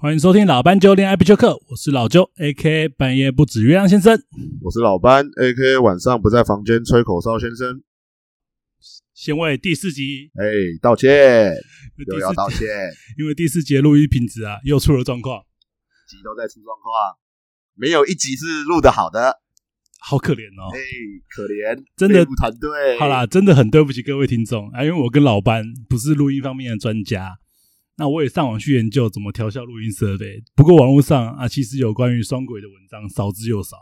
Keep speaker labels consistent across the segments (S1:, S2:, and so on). S1: 欢迎收听老班九恋爱必修课，我是老九，A.K. 半夜不止月亮先生。
S2: 我是老班，A.K. 晚上不在房间吹口哨先生。
S1: 先为第四集，
S2: 哎、道歉，
S1: 因
S2: 又
S1: 为第
S2: 要道
S1: 四
S2: 歉
S1: 集，，因为第四集的录音品质啊又出了状况，
S2: 集都在出状况，没有一集是录的好的，
S1: 好可怜哦
S2: 哎、。可怜，
S1: 真的
S2: 废物团队。
S1: 好，啦，真的很对不起各位听众啊，因为我跟老班不是录音方面的专家，那我也上网去研究怎么调校录音设备。不过网络上啊，其实有关于双轨的文章少之又少。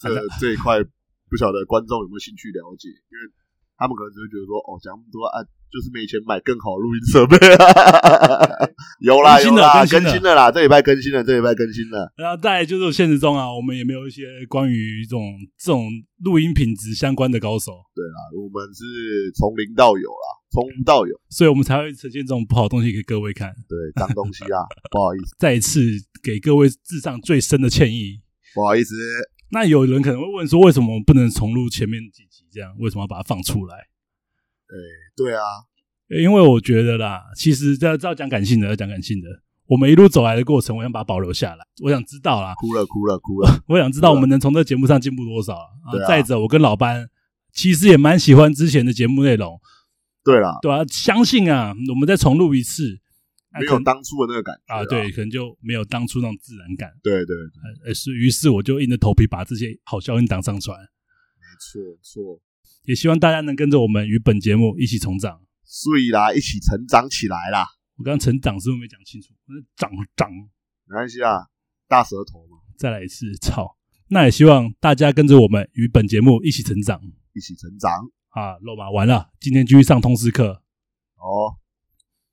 S2: 这这一块不晓得观众有没有兴趣了解，因为他们可能只会觉得说，哦，讲那么多啊，就是没钱买更好的录音设备。啊 有啦
S1: 更新
S2: 有
S1: 了
S2: 啦，
S1: 更新
S2: 更
S1: 了
S2: 新了啦，这礼拜更新了，这礼拜更新了。
S1: 然后啊再来就是现实中啊，我们也没有一些关于这种这种录音品质相关的高手，
S2: 啊，我们是从零到有啦，从无到有，
S1: 所以我们才会呈现这种不好的东西给各位看。
S2: 对，脏东西啊， 不好意思，
S1: 再一次给各位致上最深的歉意。
S2: 不好意思，
S1: 那有人可能会问说，为什么我们不能重录前面几集？这样为什么要把它放出来？
S2: 对啊，
S1: 因为我觉得啦，其实这这要讲感性的，要讲感性的。我们一路走来的过程，我想把它保留下来。我想知道啦，
S2: 哭了哭了哭了，
S1: 我想知道我们能从这节目上进步多少啊！
S2: 啊对啊
S1: 再者，我跟老班其实也蛮喜欢之前的节目内容，
S2: 对啦，
S1: 对啊，相信啊，我们再重录一次，啊
S2: 没有
S1: 可能
S2: 当初的那个感觉
S1: 啊，对，可能就没有当初那种自然感。
S2: 对对，没
S1: 呃，是，于是我就硬着头皮把这些好消音档上传，
S2: 错错，
S1: 也希望大家能跟着我们与本节目一起成长。
S2: 所以啦，一起成长起来啦，
S1: 我刚刚成长是不是没讲清楚？长长，
S2: 没关系啊，大舌头嘛，
S1: 再来一次，操！那也希望大家跟着我们与本节目一起成长
S2: 一起成长
S1: 啊！肉麻完了，今天继续上通识课，
S2: 哦。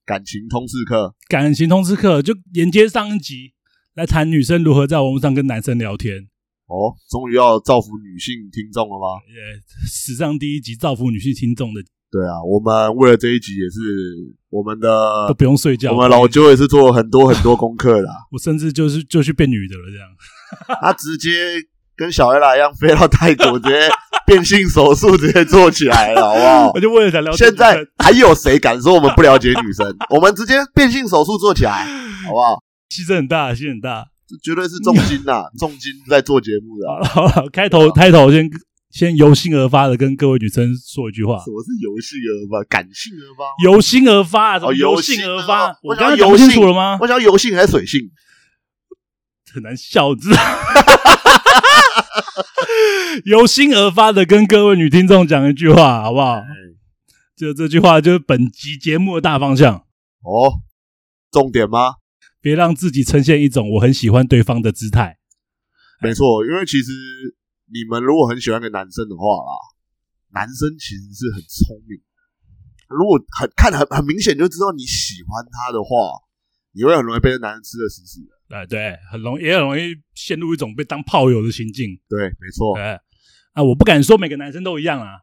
S2: 感情通识课，
S1: 感情通识课就沿接上一集来谈女生如何在网络上跟男生聊天。
S2: 哦，终于要造福女性听众了吗？
S1: 呃，史上第一集造福女性听众的
S2: 对啊，我们为了这一集也是我们的
S1: 都，不用睡觉，
S2: 我们老舅也是做了很多很多功课啦。
S1: 我甚至就是就去变女的了这样。
S2: 他直接跟小艾拉一样飞到泰国，直接变性手术直接做起来了，好 不好
S1: 我？就为了想聊天
S2: 现在还有谁敢说我们不了解女生？ 我们直接变性手术做起来，好不好？
S1: 牺牲很大，牺牲很大。
S2: 这绝对是重金呐、重金在做节目的、
S1: 好
S2: 啊。
S1: 了好了，开头开头先先由心而发的跟各位女生说一句话
S2: 什，么是游戏而发？感性而发吗？
S1: 由心而发，什么
S2: 哦
S1: 由
S2: 由
S1: 心
S2: 心
S1: 而
S2: 而
S1: 发
S2: 发，
S1: 我
S2: 我
S1: 刚
S2: 想
S1: 刚
S2: 游
S1: 讲清
S2: 戏
S1: 楚了吗？
S2: 我想要油性还是水性？
S1: 很难笑，你知道。 由心而发的跟各位女听众讲一句话，好不
S2: 哎
S1: 好？就这句话就是本集节目的大方向，
S2: 哦，重点吗？
S1: 别让自己呈现一种我很喜欢对方的姿态。
S2: 没错，因为其实你们如果很喜欢个男生的话啦，男生其实是很聪明，如果很看很很明显就知道你喜欢他的话，你会很容易被这男人吃的死死的。
S1: 哎，对，很容也很容易陷入一种被当炮友的情境。
S2: 对，没错，
S1: 哎，啊，我不敢说每个男生都一样 啊，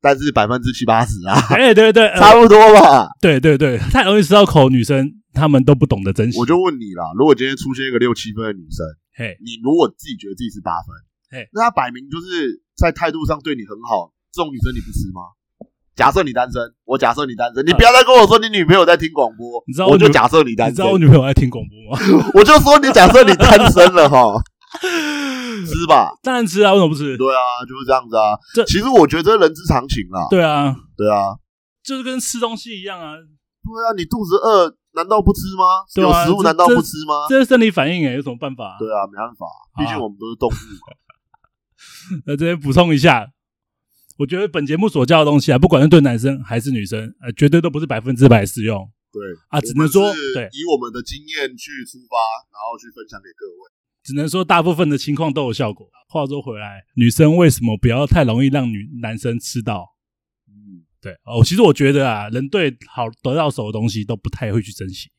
S2: 但是百分之七八十啊，
S1: 哎，对 对，呃
S2: 差不多吧。
S1: 对对对，太容易吃到口，女生她们都不懂得珍惜。
S2: 我就问你啦，如果今天出现一个六七分的女生，
S1: 嘿，
S2: 你如果自己觉得自己是八分
S1: 嘿，
S2: 那她摆明就是在态度上对你很好，这种女生你不吃吗？假设你单身，我假设你单身，你不要再跟我说你女朋友在听广播，
S1: 嗯你知道我
S2: 我就
S1: 女
S2: 假设你
S1: 你
S2: 单
S1: 知
S2: 身
S1: 道，我女朋友爱听广播吗？
S2: 我就说你假设你单身 了哈，吃吧，
S1: 当然吃啊，为什么不吃？
S2: 对啊，就是这样子啊
S1: 这。
S2: 其实我觉得这人之常情啦，
S1: 对啊，
S2: 对啊，
S1: 就是跟吃东西一样啊，
S2: 对啊，你肚子饿难道不吃吗？
S1: 对啊
S2: 有食
S1: 这
S2: 物难道
S1: 这
S2: 不吃吗？
S1: 这是生理反应哎，有什么办法、啊？
S2: 对啊，没办法，
S1: 啊
S2: 毕竟我们都是动物嘛。
S1: 那呃这边补充一下，我觉得本节目所教的东西啊，不管是对男生还是女生，呃，绝对都不是百分之百适用
S2: 对
S1: 啊，只能
S2: 我
S1: 说
S2: 们是
S1: 对，
S2: 以我们的经验去出发，然后去分享给各位。
S1: 只能说大部分的情况都有效果。话说回来，女生为什么不要太容易让女男生吃到？
S2: 嗯，
S1: 对哦，其实我觉得啊，人对好得到手的东西都不太会去珍惜。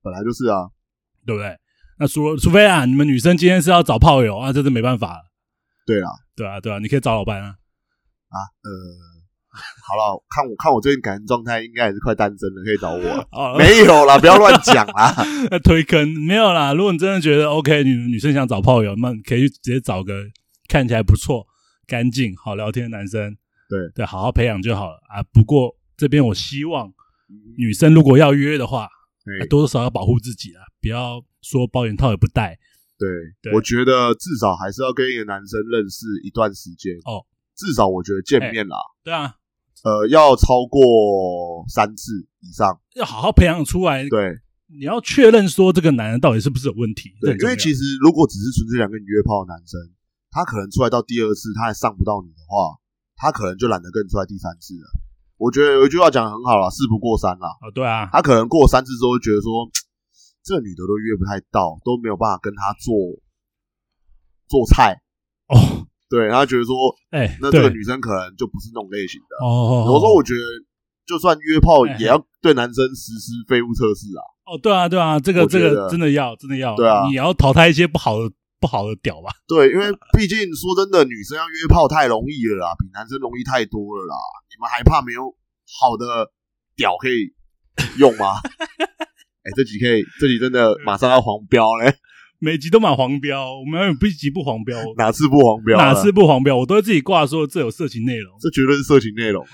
S2: 本来就是啊，
S1: 对不对？那除除非啊，你们女生今天是要找炮友啊，这是没办法了，
S2: 对啊，
S1: 对啊，对啊，你可以找老班啊，。
S2: 呃，好了，看我看我最近感情状态，应该也是快单身了，可以找我了
S1: 哦，
S2: 没有啦，不要乱讲 啦。
S1: 推坑没有啦。如果你真的觉得 OK，女女生想找炮友，那你可以去直接找个看起来不错、干净、好聊天的男生，
S2: 对
S1: 对，好好培养就好了啊。不过这边我希望
S2: 嗯
S1: 女生如果要约的话
S2: 哎
S1: 啊多多少少要保护自己啦，不要说保险套也不戴对
S2: 对，我觉得至少还是要跟一个男生认识一段时间
S1: 哦。
S2: 至少我觉得见面啦，
S1: 对啊，
S2: 呃，要超过三次以上。
S1: 要好好培养出来。
S2: 对
S1: 你要确认说这个男人到底是不是有问题，这
S2: 对，
S1: 很
S2: 因
S1: 重
S2: 为
S1: 要
S2: 其实如果只是纯粹两个你约炮的男生，他可能出来到第二次他还上不到你的话，他可能就懒得跟你出来第三次了。我觉得有一句话讲得很好啦，事不过三啦。
S1: 哦，对啊，
S2: 他可能过三次之后就觉得说，这女的都约不太到，都没有办法跟他做做菜。
S1: 哦，
S2: 对，然后觉得说，
S1: 哎、
S2: 那这
S1: 对，
S2: 个
S1: 哦
S2: 女生可能就不是那种类型的。
S1: 哦，
S2: 有时候我觉得，就算约炮
S1: 哎，
S2: 也要对男生实施废物测试啊。
S1: 哦，对啊，对啊，这个
S2: 我
S1: 这
S2: 觉得
S1: 个真的要真的要，
S2: 对啊
S1: 你要淘汰一些不好的不好的屌吧？
S2: 对，因为毕竟说真的，女生要约炮太容易了啦，比男生容易太多了啦。你们还怕没有好的屌可以用吗？哎、这集可以，这集真的马上要黄标嘞，
S1: 每集都满黄标，我们不集不黄标，
S2: 哪次不黄标？啊
S1: 哪次？不黄标，我都会自己挂说这有色情内容，
S2: 这绝对是色情内容啊！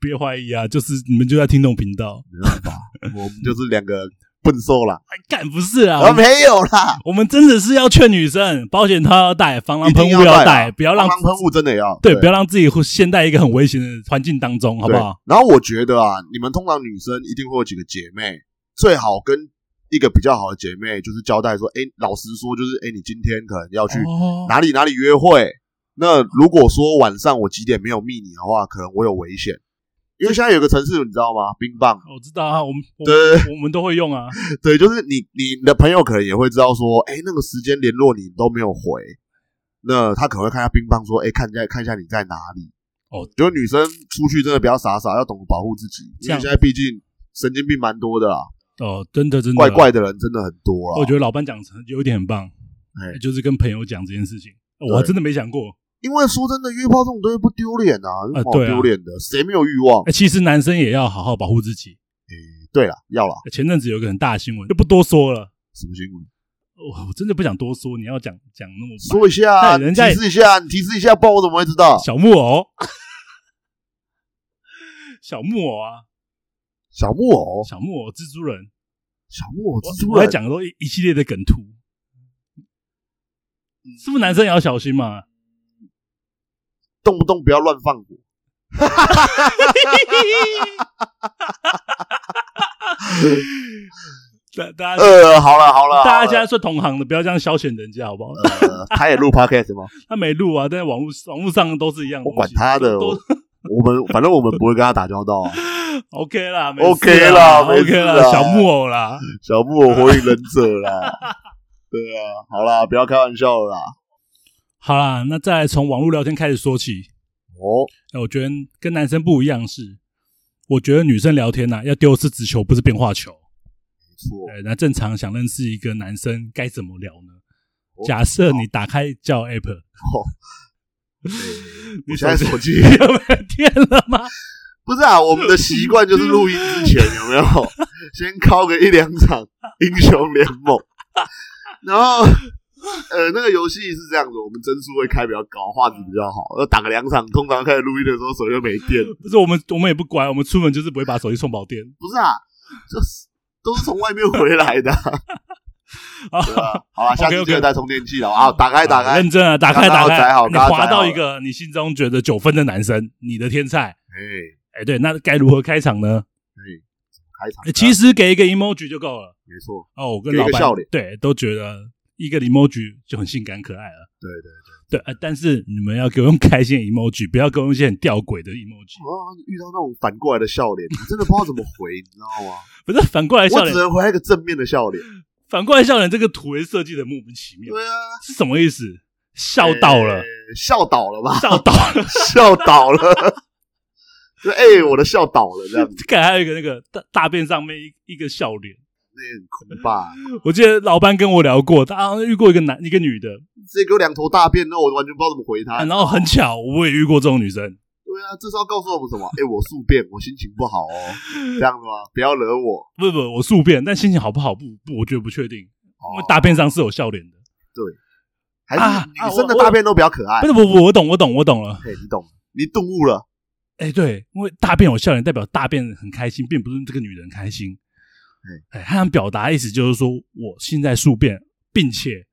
S1: 别怀疑啊，就是你们就在听众频道，
S2: 没办法，我们就是两个笨兽啦。
S1: 哎，干不是啊，
S2: 啊，
S1: 我
S2: 没
S1: 们
S2: 有啦，
S1: 我们真的是要劝女生，保险套要带，防狼
S2: 一
S1: 喷
S2: 定
S1: 雾带，
S2: 带啦，啊
S1: 不要让
S2: 防狼喷雾真的也要
S1: 对，不要让自己陷在一个很危险的环境当中，好不
S2: 对
S1: 好？
S2: 然后我觉得啊，你们通常女生一定会有几个姐妹，最好跟一个比较好的姐妹就是交代说，哎，老实说，就是哎，你今天可能要去
S1: 哦，
S2: 哪里哪里约会。那如果说晚上我几点没有密你的话，可能我有危险，因为现在有个城市你知道吗？冰棒，
S1: 我知道啊，我们我们
S2: 对
S1: 我们都会用啊，
S2: 对，就是你你的朋友可能也会知道说，哎，那个时间联络你都没有回，那他可能会看一下冰棒说，哎，看一下看一下你在哪里。
S1: 哦，
S2: 就是女生出去真的不要傻傻，要懂得保护自己，
S1: 这
S2: 因
S1: 样
S2: 为现在毕竟神经病蛮多的啦，
S1: 哦，真的真的
S2: 怪怪的人真的很多啦。
S1: 我觉得老班讲有一点很棒，
S2: 哎
S1: 就是跟朋友讲这件事情，我还真的没想过。
S2: 因为说真的，约炮这种东西不丢脸啊，有什么好
S1: 对啊
S2: 丢脸的？谁没有欲望？
S1: 哎，其实男生也要好好保护自己。
S2: 对啦，要啦，
S1: 哎前阵子有一个很大的新闻，就不多说了，
S2: 什么新闻？
S1: 我我真的不想多说。你要讲讲那么白
S2: 说一下啊，
S1: 对哎人家也
S2: 提示一下，你提示一下，不然我怎么会知道？
S1: 小木偶， 小木偶啊，
S2: 小木偶，
S1: 小木偶蜘蛛人，
S2: 小木偶蜘
S1: 我
S2: 蛛
S1: 我在
S2: 人，
S1: 讲的都一一系列的梗图，是不是男生也要小心 嘛？
S2: 动不动不要乱放火。
S1: 大大家
S2: 呃，好了好了，
S1: 大家现
S2: 好
S1: 在算同行的，不要这样消遣人家好不好？
S2: 了呃，他也录 podcast 吗？
S1: 他没录啊，但是网络网络上都是一样的东
S2: 我
S1: 西。
S2: 管他的，
S1: 都
S2: 我我们反正我们不会跟他打交道啊。
S1: OK 啦
S2: OK
S1: 啦
S2: 啦没事
S1: ，OK
S2: 啦
S1: 小木偶啦，
S2: 小木偶火影忍者 啦，对啊，好啦，不要开玩笑了啦。
S1: 好啦，那再来从网络聊天开始说起。
S2: 哦，
S1: 哎，我觉得跟男生不一样是，我觉得女生聊天呐、啊要丢是直球，不是变化球。
S2: 没错，
S1: 哎，那正常想认识一个男生该怎么聊呢？
S2: 哦
S1: 假设你打开交友 app，
S2: 哦我现在手机
S1: 你有没有电了吗？
S2: 不是啊，我们的习惯就是录音之前有 没有先敲个一两场英雄联盟， 然后呃那个游戏是这样子，我们帧数会开比较高，画质比较好，要打个两场，通常开始录音的时候手就没电了。
S1: 不是，我们我们也不乖，我们出门就是不会把手机充饱电。
S2: 不是啊，就是都是从外面回 来的啊、
S1: 啊
S2: 对啊，好啊，下次
S1: OK，OK
S2: 记得带充电器了啊，打开打
S1: 啊
S2: 开，
S1: 认真啊，打开
S2: 刚
S1: 打
S2: 好
S1: 开
S2: 宰好，
S1: 你
S2: 刚好宰
S1: 滑到
S2: 好
S1: 一个你心中觉得九分的男生，你的天菜。
S2: 哎
S1: 哎，对，那该如何开场呢？
S2: 哎，开场
S1: 哎，其实给一个 emoji 就够了。
S2: 没错，
S1: 哦，我跟
S2: 啊给一
S1: 老
S2: 个
S1: 板
S2: 笑脸
S1: 对都觉得一个 emoji 就很性感可爱了。
S2: 对对
S1: 对，呃但是你们要给我用开心的 emoji，不要给我用一些很吊诡的 emoji。
S2: 啊，遇到那种反过来的笑脸，你真的不知道怎么回，你知 道吗？
S1: 不是反过来哎笑
S2: 我只
S1: 脸，
S2: 能回来一个正面的笑脸。
S1: 反过来笑脸这个图也设计的莫名其妙，
S2: 对啊，
S1: 是什么意思？笑到
S2: 呃
S1: 了，
S2: 笑倒了吧？
S1: 笑到了。
S2: 笑倒了。 就哎、我的笑倒了，这样子
S1: 看还有一个那个大大便上面一一个笑脸。
S2: 那也哎很啊酷吧？
S1: 我记得老班跟我聊过，他好像遇过一个男一个女的，
S2: 直接给我两头大便，那我完全不知道怎么回他。
S1: 啊然后很巧，我也遇过这种女生。
S2: 对啊，这是要告诉我们什么？哎、我宿便，我心情不好哦，这样子吗？不要惹我。
S1: 不不，我宿便，但心情好不好不不，我觉得不确定，因
S2: 哦
S1: 为，大便上是有笑脸的。
S2: 还是女生的
S1: 啊啊我
S2: 大便都比较可爱
S1: 不。是不不，我懂我懂我懂了。
S2: 哎、你懂，你顿悟了。
S1: 哎，对，因为大便有笑脸，代表大便很开心，并不是这个女人开心。哎，他想表达的意思就是说，我现在宿便，并且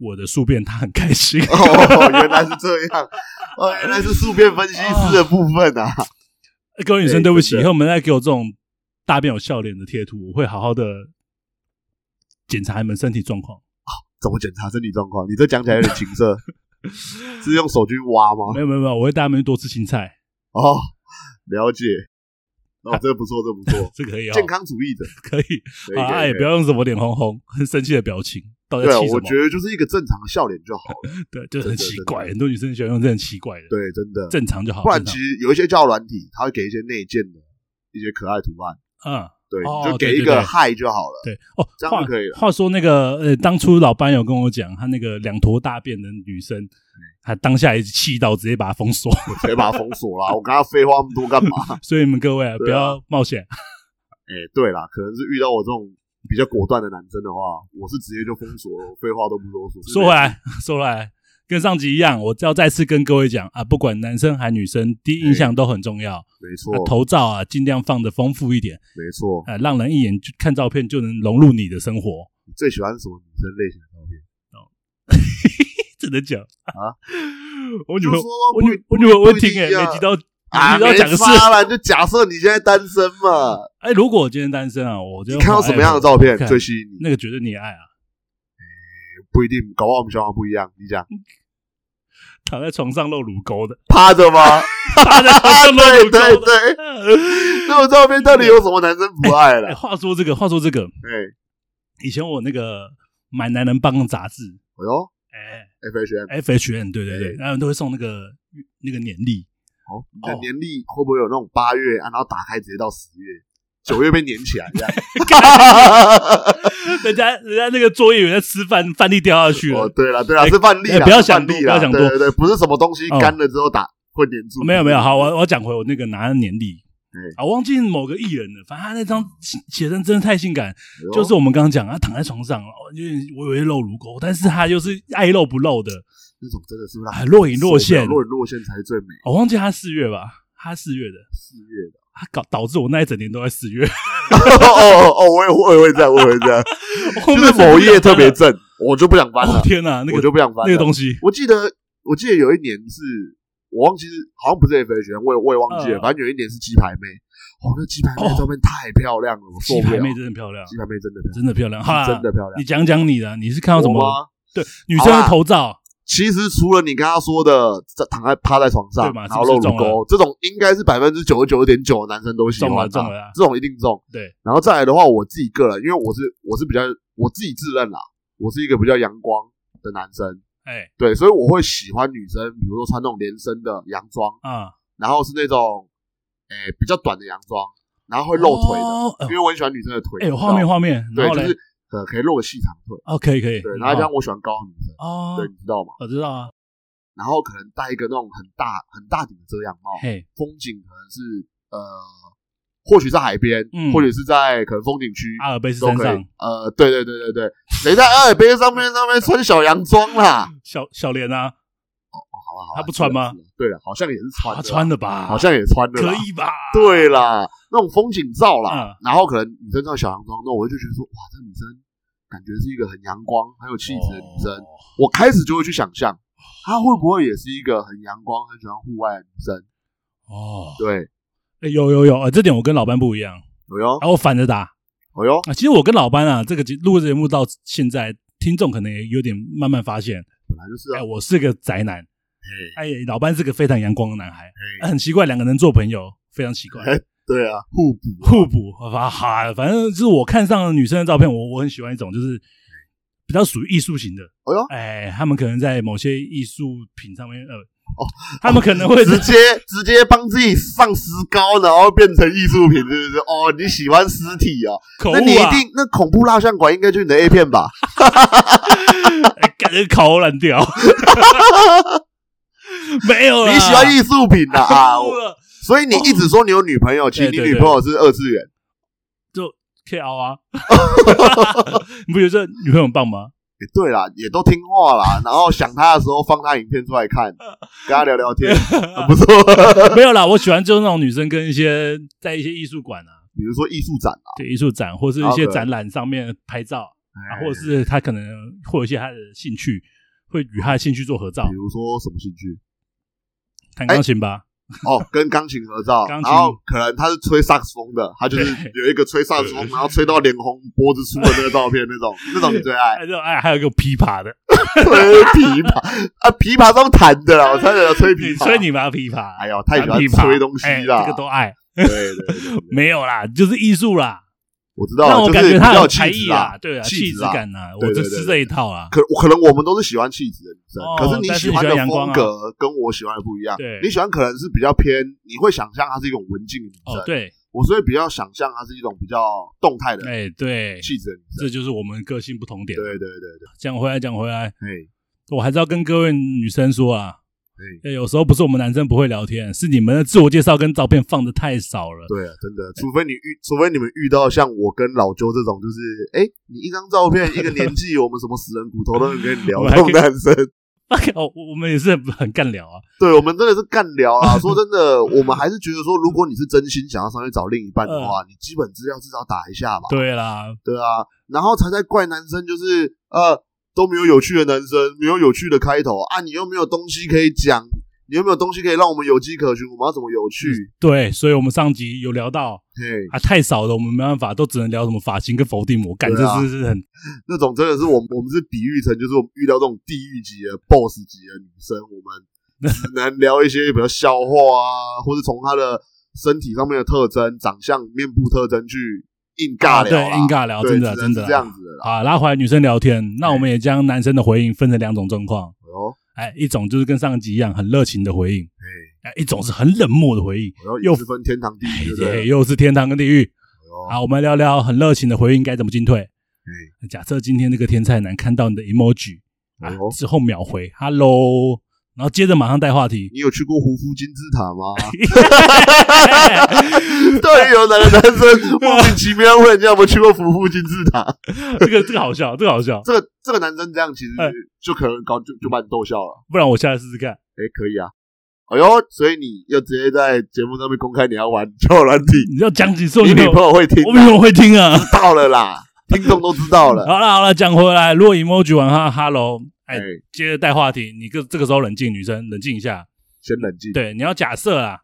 S1: 我的宿便他很开心。
S2: 哦，原来是这样，哦，原来是宿便分析师的部分啊。
S1: 哎各位女生，
S2: 哎
S1: 对不起，
S2: 真
S1: 以
S2: 的
S1: 后你们再给我这种大便有笑脸的贴图，我会好好的检查你们身体状况。
S2: 怎么检查身体状况？你这讲起来有点情色，是用手去挖吗
S1: 没？有没有没有，我会带他们多吃青菜，，
S2: 哦，了解。哦，这个不错，这个不错
S1: 这可以哦，
S2: 健康主义者
S1: 可以。
S2: 可以
S1: 好啊，
S2: 可以
S1: 也
S2: 可
S1: 不
S2: 以
S1: 要用什么脸红红、很生气的表情，到底
S2: 对
S1: 在
S2: 啊，
S1: 气什
S2: 我
S1: 么？
S2: 觉得就是一个正常的笑脸就好了。
S1: 对，就是很
S2: 对对
S1: 奇
S2: 对
S1: 怪，
S2: 对
S1: 很多女生喜欢用这种奇怪的，
S2: 对，真的，
S1: 正常就好。
S2: 不然
S1: 正
S2: 其
S1: 常
S2: 实有一些叫软体，它会给一些内建的一些可爱图案，
S1: 嗯，
S2: 对，
S1: 哦
S2: 你就
S1: 对
S2: 给
S1: 对
S2: 一个
S1: 对
S2: 嗨就好了。
S1: 对哦，
S2: 这样
S1: 话
S2: 就可以了
S1: 话说那个呃，当初老班有跟我讲，他那个两坨大便的女生，
S2: 嗯
S1: 她当下也气到直接把她封 锁，
S2: 我直接把它封锁啦，我跟他废话那么多干嘛？
S1: 所以你们各位啊不
S2: 对啊
S1: 要冒险。
S2: 哎，对啦，可能是遇到我这种比较果断的男生的话，我是直接就封锁了，我废话都不多说。
S1: 说回来，说回来，跟上集一样，我要再次跟各位讲啊，不管男生还女生，第一印象都很重要。
S2: 没错
S1: 啊，头照啊，尽量放的丰富一点，
S2: 没错。
S1: 啊，让人一眼就看照片就能融入你的生活。
S2: 你最喜欢什么女生类型的照片？
S1: 真的讲
S2: 啊？
S1: 我女朋友
S2: 就说，
S1: 我
S2: 不
S1: 女我女朋友
S2: 不
S1: 会
S2: 一定
S1: 听哎，
S2: 啊
S1: 每集都每
S2: 啊，
S1: 集都
S2: 没
S1: 要讲个事。
S2: 差啦，你就假设你现在单身嘛，
S1: 哎，如果我今天单身啊，我就
S2: 你看到什么样的照片最吸引你？
S1: 那个绝对你爱啊！
S2: 不一定，搞不好我们想法不一样。你讲
S1: 躺在床上露乳沟的，
S2: 趴着 吗？
S1: 趴在床上 露乳
S2: 对对
S1: 沟的。
S2: 对，那种照片到底有什么男生不爱
S1: 哎，
S2: 了？
S1: 话说这个，话说这个，
S2: 哎，
S1: 以前我那个买男人帮的杂志，
S2: 哎呦
S1: 哎
S2: ，F H M，
S1: ，FHN，对对对，
S2: 哎
S1: 然后都会送那个那个年历，
S2: 哦，你的年历会不会有那种八月啊，然后打开直接到十月，九月被粘起来这样？
S1: 人家人家那个作业员在吃饭，饭粒掉下去
S2: 哦，
S1: 了。
S2: 对了对了，
S1: 哎
S2: 是范例
S1: 哎
S2: 啦，
S1: 不要
S2: 是范
S1: 想多
S2: 例啦，
S1: 不要想多
S2: 对对对，不是什么东西
S1: 哦
S2: 干了之后打会粘 住。
S1: 没有没有，好，我我讲回我那个拿的年历
S2: 嗯。
S1: 啊，我忘记某个艺人了，反正他那张写写真真的太性感，
S2: 哎呦，
S1: 就是我们刚刚讲，他躺在床上，哦有点微微露乳沟，但是他又是爱露不露的，
S2: 那种真的是
S1: 啊
S2: 让
S1: 若隐若现
S2: 若隐若现才是最美。
S1: 我忘记他四月吧，他四月的，
S2: 四月的，
S1: 他搞导致我那一整年都在四 月，
S2: 哦哦哦，我也我也会这样，我也 会这样，
S1: 我
S2: 就是某页特别正，我就不想翻
S1: 啊哦
S2: 了，
S1: 天哪，那
S2: 我
S1: 个
S2: 就不想翻
S1: 那个
S2: 了。
S1: 东西，
S2: 我记得我记得有一年是我忘记是好像不是 F H，我也我也忘记了，
S1: 嗯
S2: 反正有一年是鸡排妹，哦，那鸡排妹的照片太漂亮了，我受
S1: 鸡
S2: 不
S1: 排
S2: 了。
S1: 妹真的漂 亮，
S2: 鸡排妹真的漂
S1: 真的漂亮，好啦
S2: 亮，真的漂亮。
S1: 你讲讲你的，你是看到什
S2: 我
S1: 么？
S2: 吗？
S1: 对，女生的
S2: 好啦
S1: 头罩，
S2: 其实除了你刚刚说的在躺在趴在床上
S1: 对，嘛
S2: 然后
S1: 是不
S2: 露
S1: 是中
S2: 乳沟这种，应该是百分之九十九点九的男生都喜欢啊
S1: 中了中了啊
S2: 这种一定中。
S1: 对，
S2: 然后再来的话，我自己个人，因为我是我是比较我自己自认啦，我是一个比较阳光的男生，
S1: 哎
S2: 对，所以我会喜欢女生，比如说穿那种连身的洋装，
S1: 啊，
S2: 然后是那种诶、比较短的洋装，然后会露腿的，
S1: 哦
S2: 因为我很喜欢女生的
S1: 哎，
S2: 腿。
S1: 有
S2: 你知道
S1: 画面画面，然
S2: 对，
S1: 后
S2: 就
S1: 嘞，
S2: 是呃可以露个细长腿，
S1: 哦，可以可以，
S2: 对，然后加上
S1: 哦
S2: 我喜欢高的女生，
S1: 哦
S2: 对，，你知道吗？
S1: 我知道啊，
S2: 然后可能戴一个那种很大很大顶的遮阳帽，
S1: 嘿，
S2: 风景可能是呃，或许在海边，
S1: 嗯
S2: 或许是在可能风景区
S1: 阿尔卑斯
S2: 都
S1: 山
S2: 可
S1: 上
S2: 以。呃，对对对对对，谁在阿尔卑斯上面上面穿小洋装啦？
S1: 小小莲啊，
S2: 哦，好了好了，
S1: 他不穿吗
S2: 是的？是的对了，好像也是穿
S1: 她
S2: 的啦，
S1: 穿了吧，
S2: 好像也穿的啦，
S1: 可以吧？
S2: 对啦，那种风景照啦，
S1: 啊嗯
S2: 然后可能女生穿小洋装，那我就觉得说，哇，这女生感觉是一个很阳光、很有气质的女生。
S1: 哦
S2: 我开始就会去想象，她会不会也是一个很阳光、很喜欢户外的女生？
S1: 哦，
S2: 对，
S1: 哎有有有，呃这点我跟老班不一样，啊
S2: 有哟，
S1: 然后我反着打。
S2: 有哟，
S1: 啊，其实我跟老班啊，这个节录节目到现在，听众可能也有点慢慢发现，
S2: 本来就是
S1: 哎、
S2: 啊，
S1: 我是个宅男，
S2: 嘿
S1: 哎，老班是个非常阳光的男孩，
S2: 嘿
S1: 哎很奇怪，两个人做朋友非常奇 怪，
S2: 哎对啊，互补啊，
S1: 互补，啊，哈，反正就是我看上了女生的照片，我我很喜欢一种就是比较属于艺术型的，
S2: 哎呦
S1: 哎，他们可能在某些艺术品上面，呃，哦，他们可能会
S2: 直接直接帮自己上石膏，然后变成艺术品，是不是？哦，你喜欢尸体哦？
S1: 口误
S2: 那你一
S1: 啊，
S2: 定那恐怖蜡像馆应该就是你的 A 片吧？啊
S1: 哎感觉烤烂 掉，没有啦，
S2: 你喜欢艺术品 的啊？
S1: 口误
S2: 我
S1: 了
S2: 所以你一直说你有女朋友，其实你
S1: 哦对对
S2: 女朋友是二次元，
S1: 就可以熬 啊，你不觉得这女朋友很棒吗？
S2: 也对啦，也都听话 啦。然后想她的时候放她影片出来看，跟她 聊聊天，很不错。
S1: 没有啦，我喜欢就是那种女生跟一些在一些艺术馆啊，
S2: 比如说艺术展啊，
S1: 对艺术展或是一
S2: 啊
S1: 些
S2: 对
S1: 展览上面拍照，啊
S2: 哎
S1: 或者是他可能会有一些他的兴趣，会与他的兴趣做合照
S2: 比，如哎说什么 兴趣
S1: 弹钢琴吧，
S2: 哦，跟钢琴合照，
S1: 钢
S2: 然
S1: 琴
S2: 后可能他是吹萨克斯风的，他就是
S1: 对
S2: 有一个吹萨克斯风，然后吹到脸红脖子粗的那个照片，那种那 种你最爱。
S1: 哎，这哎还有一个琵琶的，
S2: 吹琵琶啊，琵琶上弹的啦，我差点要吹琵
S1: 你
S2: 琶。
S1: 吹你妈琵琶，
S2: 哎呦，太喜欢
S1: 弹琵琶
S2: 吹东西
S1: 哎
S2: 啦。
S1: 这个都爱，
S2: 对对对对，对
S1: 没有啦，就是艺术啦，
S2: 我 知
S1: 让
S2: 道，
S1: 我
S2: 就
S1: 感
S2: 是
S1: 觉
S2: 比
S1: 他
S2: 较
S1: 有
S2: 有
S1: 才
S2: 气
S1: 艺
S2: 质啊
S1: 啦，，对啊，
S2: 气
S1: 气
S2: 质
S1: 质
S2: 啊。
S1: 感啊，
S2: 对
S1: 我
S2: 对
S1: 就
S2: 对
S1: 吃
S2: 对
S1: 这一套啦，
S2: 可可能我们都是喜欢气质的女生
S1: 哦，
S2: 可是你
S1: 但是
S2: 喜
S1: 你
S2: 欢
S1: 喜欢
S2: 的
S1: 阳光
S2: 风
S1: 啊
S2: 格跟我喜欢的不一样。
S1: 对
S2: 你喜欢可能是比较偏，你会想象她是一种文静的女
S1: 哦，
S2: 生，
S1: 对，
S2: 我所以比较想象她是一种比较动态的
S1: 哎，对，
S2: 气质的女生。
S1: 这就是我们个性不同点。啊
S2: 对对对对，
S1: 讲回来，讲回来，
S2: 哎
S1: 我还是要跟各位女生说啊，
S2: 哎，
S1: 哎，有时候不是我们男生不会聊天，是你们的自我介绍跟照片放的太少了。
S2: 对啊，真的，除非你遇，除非你们遇到像我跟老周这种，就是哎、诶你一张照片，一个年纪，我们什么死人骨头都能跟你聊
S1: 我
S2: 这
S1: 还
S2: 种
S1: 可以
S2: 男生。
S1: 哦，我我们也是很很干聊啊，
S2: 对，我们真的是干聊啊！说真的，我们还是觉得说，如果你是真心想要上去找另一半的
S1: 嗯
S2: 话，你基本资料至少打一下吧，
S1: 对啦，
S2: 对啊，然后才在怪男生就是呃都没有有趣的男生，没有有趣的开头啊，你又没有东西可以讲，你又没有东西可以让我们有迹可循，我们要怎么有趣？
S1: 对，所以我们上集有聊到
S2: 嘿，
S1: 啊，太少了，我们没办法，都只能聊什么发型跟否定我，干
S2: 对
S1: 这
S2: 啊
S1: 是是很
S2: 那种真的是我们我们是比喻成，就是我们遇到这种地狱级的 BOSS 级的女生，我 们只能聊一些比较笑话啊，或是从她的身体上面的特征、长相、面部特征去硬尬
S1: 啊
S2: 聊
S1: 对
S2: 啦、
S1: 硬尬聊，
S2: 对
S1: 真的
S2: 只
S1: 真
S2: 能是
S1: 的
S2: 这样子的啦。
S1: 啊。拉回来女生聊天，那我们也将男生的回应分成两种状况，
S2: 哦，
S1: 哎，一种就是跟上集一样很热情的回应，
S2: 哎，
S1: 哎，一种是很冷漠的回应，
S2: 然后又
S1: 又
S2: 是分天堂地狱，对不
S1: 对，
S2: 对？
S1: 又是天堂跟地狱。
S2: 哦
S1: 好，我们来聊聊很热情的回应该怎么进退。
S2: 嗯
S1: 假设今天这个天菜男看到你的 emoji 啊
S2: 哎呦，
S1: 之后秒回 “hello”，然后接着马上带话题。
S2: 你有去过胡夫金字塔 吗？
S1: 这
S2: 到底有哪个男生莫名其妙问人家有没有去过胡夫金字 塔？
S1: 个这个好笑，这个好笑，
S2: 这个这个男生这样其实
S1: 哎
S2: 就可能搞就就把你逗笑了。
S1: 不然我下来试试看。
S2: 哎、可以啊。哎呦，所以你要直接在节目上面公开你要玩交友软体，
S1: 你要讲几次，
S2: 你
S1: 我
S2: 女朋友会听
S1: 我女朋友会听啊。
S2: 知道了啦，听众都知道了。
S1: 好了好了，讲回来，如果 emoji 完哈 hello，
S2: 哎、
S1: 哎，接着带话题，你个这个时候冷静，女生冷静一下。
S2: 先冷静，
S1: 对，你要假设啊，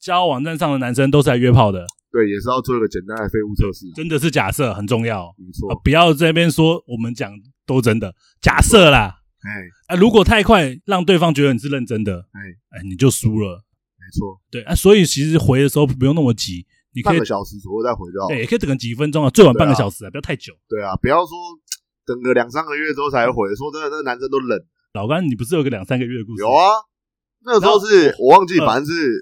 S1: 交友网站上的男生都是来约炮的，
S2: 对，也是要做一个简单的废物测试，
S1: 真的是假设，很重要。
S2: 没错
S1: 啊，。不要这边说我们讲都真的，假设啦，
S2: 哎、
S1: 啊，如果太快让对方觉得你是认真的，
S2: 哎、
S1: 哎，你就输了，
S2: 没错，
S1: 对啊，所以其实回的时候不用那么急，你可
S2: 半
S1: 以
S2: 个，小时左右再回就好了
S1: 哎，也可以等个几分钟啊，最晚
S2: 对啊
S1: 半个小时啊，不要太久。
S2: 对啊，不要说等个两三个月之后才回。说真的，那个男生都冷。
S1: 老干，你不是有个嗯两三个月的故事？
S2: 有，啊，那个时候是我忘记，反正是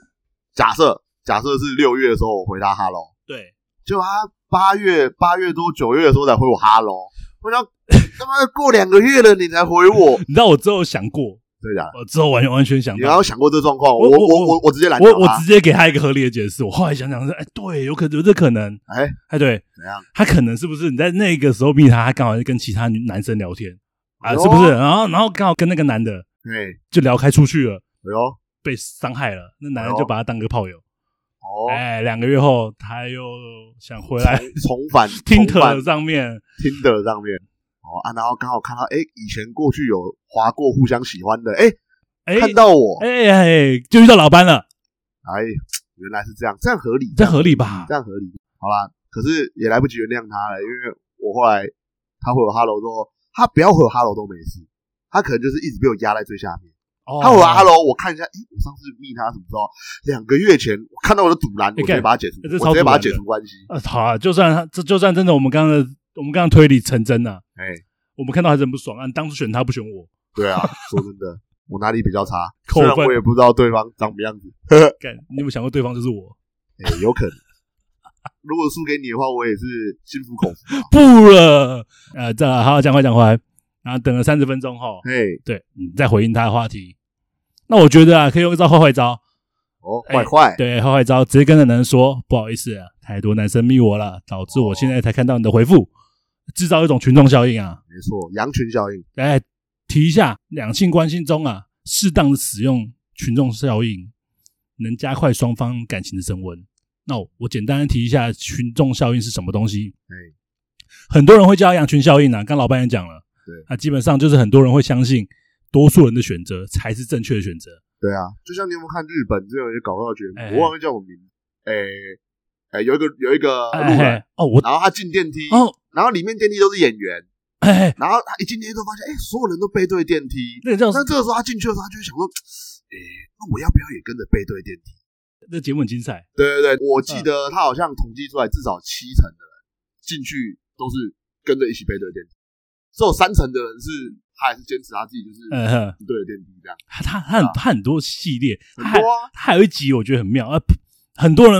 S2: 假设，假设是六月的时候我回他哈喽。
S1: 对，
S2: 就他八月八月多九月的时候才回我哈喽，我想他妈过两个月了你才回我，
S1: 你知道我之后想过，
S2: 对的，
S1: 我之后完完全想
S2: 你
S1: 到
S2: 要。想啊过这状况，
S1: 我
S2: 我
S1: 我
S2: 我我我直接拦截
S1: 我我
S2: 他
S1: 直，接给他一个合理的解释。我后来想想说，哎，对，有可有这可能，
S2: 哎，
S1: 哎，对，
S2: 怎样？
S1: 他可能是不是你在那个时候密他，他刚好在跟其他女男生聊天啊，
S2: 哎呦
S1: 是不是？然后然后刚好跟那个男的，
S2: 哎，
S1: 就聊开出去了，
S2: 哎呦，哦，
S1: 被伤害了，那男
S2: 哎
S1: 的
S2: 呦
S1: 就把他当个炮友。
S2: 哦
S1: 哎，两个月后他又想回来
S2: 重重返
S1: 听
S2: 重返
S1: 特上面，
S2: 听的上面。哦啊，然后刚好看到，哎，以前过去有划过互相喜欢的，哎，
S1: 哎
S2: 看到我，
S1: 哎哎，就遇到老班了，
S2: 哎，原来是这样，这样合理，
S1: 这合理吧
S2: 这？样合理，好啦。可是也来不及原谅他了，因为我后来他回我哈喽之后，他不要回我哈喽都没事，他可能就是一直被我压在最下面。
S1: 哦
S2: 他回我哈喽，我看一下，诶，我上次密他什么时候？两个月前，我看到我的阻拦，我直接
S1: 干
S2: 把他解除，
S1: 哎这超
S2: 我直接
S1: 阻
S2: 把他
S1: 拦
S2: 解
S1: 的
S2: 除关系。
S1: 呃，好啊，就算他这就算真的我们刚刚的我们刚刚推理成真了，
S2: 哎，
S1: 我们看到还是很不爽啊，你当初选他不选我，
S2: 对啊，说真的，我哪里比较差？
S1: 扣
S2: 虽然
S1: 分
S2: 我也不知道对方长什么样子，
S1: 干，你有没有想过对方就是我？
S2: 哎，有可能。如果输给你的话，我也是心服口服啊。
S1: 不了，呃，再来好好讲话讲回来，然后等了三十分钟后，
S2: 嘿，
S1: 对你再回应他的话题，那我觉得啊，可以用一招坏坏招。
S2: 哦，
S1: 哎
S2: 坏坏，
S1: 对，坏坏招，直接跟那男人说不好意思、啊，太多男生密我了，导致我现在才看到你的回复，制造一种群众效应啊！
S2: 没错，羊群效应。
S1: 来提一下，两性关系中啊，适当的使用群众效应，能加快双方感情的升温。那我我简单地提一下群众效应是什么东西。
S2: 哎
S1: 很多人会叫它羊群效应啊，刚老板也讲了，
S2: 对
S1: 啊，基本上就是很多人会相信多数人的选择才是正确的选择。
S2: 对啊，就像你有没有看日本这有一个搞笑节目，
S1: 哎
S2: 我忘了叫什么名字，哎哎，有一个有一个路
S1: 哎
S2: 人，
S1: 嘿，哦，我
S2: 然后他进电梯，
S1: 哦，
S2: 然后里面电梯都是演员，
S1: 哎，嘿
S2: 然后他一进电梯就发现，哎，所有人都背对电梯。
S1: 那个叫
S2: 那这个时候他进去的时候，他就会想说，哎，那我要不要也跟着背对电梯？
S1: 那节目很精彩，
S2: 对对对，我记
S1: 嗯
S2: 得他好像统计出来，至少七成的人进去都是跟着一起背对电梯，只有三成的人是他还是坚持他自己就是
S1: 嗯哼，
S2: 对着电梯这样，
S1: 他他他很
S2: 啊
S1: 他很多系列，
S2: 很
S1: 他还
S2: 多啊，
S1: 他还有一集我觉得很妙啊，很多人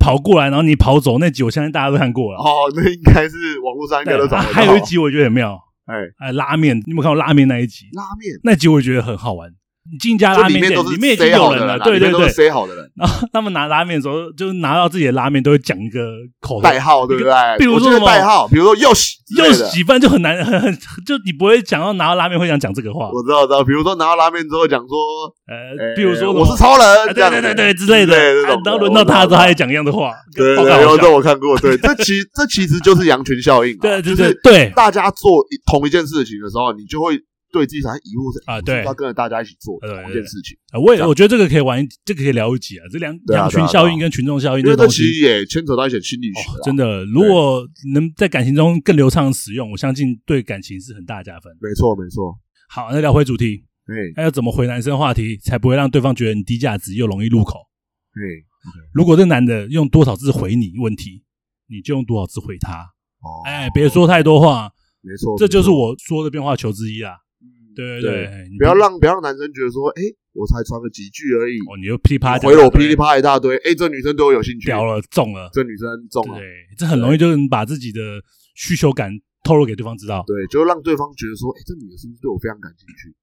S1: 跑过来，然后你跑走那集，我相信大家都看过了。
S2: 哦，那应该是网络上应该都
S1: 对
S2: 找
S1: 啊
S2: 得到。
S1: 还有一集我觉得很妙，
S2: 哎，
S1: 哎，拉面，你有没有看过拉面那一集？
S2: 拉面，
S1: 那集我觉得很好玩。你进一家
S2: 这
S1: 拉
S2: 里
S1: 面
S2: 面
S1: 店
S2: 都，是
S1: 里面已经
S2: say 好
S1: 有
S2: 的
S1: 人
S2: 人
S1: 了，
S2: 啊，
S1: 对
S2: 里面
S1: 对
S2: 都
S1: 对
S2: 是。say 好的人，
S1: 然后他们拿拉面的时候，就是拿到自己的拉面都会讲一个口头
S2: 代号对不对？
S1: 比如说
S2: 我觉得
S1: 什么
S2: 代号，比如说又喜
S1: 又喜欢就很难，很很就你不会讲到拿到拉面会想讲这个话。
S2: 我知道，我知道。比如说拿到拉面之后讲说，
S1: 呃
S2: 哎，
S1: 比如说什么
S2: 我是超
S1: 啊
S2: 人，这
S1: 对
S2: 样
S1: 对
S2: 子
S1: 对对之类的，
S2: 对这
S1: 啊
S2: 种
S1: 然后轮到他的时候，他也讲一样的话，
S2: 对
S1: 爆
S2: 对
S1: 干
S2: 对，
S1: 好
S2: 有
S1: 笑
S2: 这我看 过。对，这其这其实就是羊群效应嘛，
S1: 对
S2: 就
S1: 对
S2: 是
S1: 对对
S2: 大家做一同一件事情的时候，你就会对自己产生疑惑，是
S1: 啊
S2: 哎我是
S1: 对
S2: 不是要跟着大家一起做
S1: 对对
S2: 同一件事情，
S1: 啊我也
S2: 这样
S1: 我觉得这个可以玩一，这个可以聊一集啊。这两
S2: 对啊
S1: 两
S2: 对啊
S1: 群效应跟群众效应
S2: 因
S1: 这
S2: 为
S1: 个
S2: 这
S1: 东
S2: 其
S1: 西，
S2: 实啊也牵扯到一些心理学
S1: 哦
S2: 啦，
S1: 真的，如果能在感情中更流畅地使用，我相信对感情是很大加分。
S2: 没错没错。
S1: 好，那聊回主题，
S2: 哎
S1: 那要怎么回男生话题，才不会让对方觉得你低价值又容易入口？
S2: 哎
S1: 如果这男的用多少字回你问题，你就用多少字回他。
S2: 哦，
S1: 哎，别说太多话，
S2: 没错，
S1: 这就是
S2: 没错
S1: 我说的变化球之一啦。
S2: 嗯
S1: 对
S2: 对
S1: 对，你
S2: 不要让不要让男生觉得说，哎，我才传个几句而已，
S1: 哦，你又噼啪
S2: 回了我噼
S1: 噼
S2: 里啪啦一大堆，哎，这女生对我有兴趣，
S1: 掉了中了，
S2: 这女生中了，
S1: 对，这很容易就是把自己的需求感透露给对方知道。
S2: 对，就让对方觉得说，哎，这女的是不是对我非常感兴趣？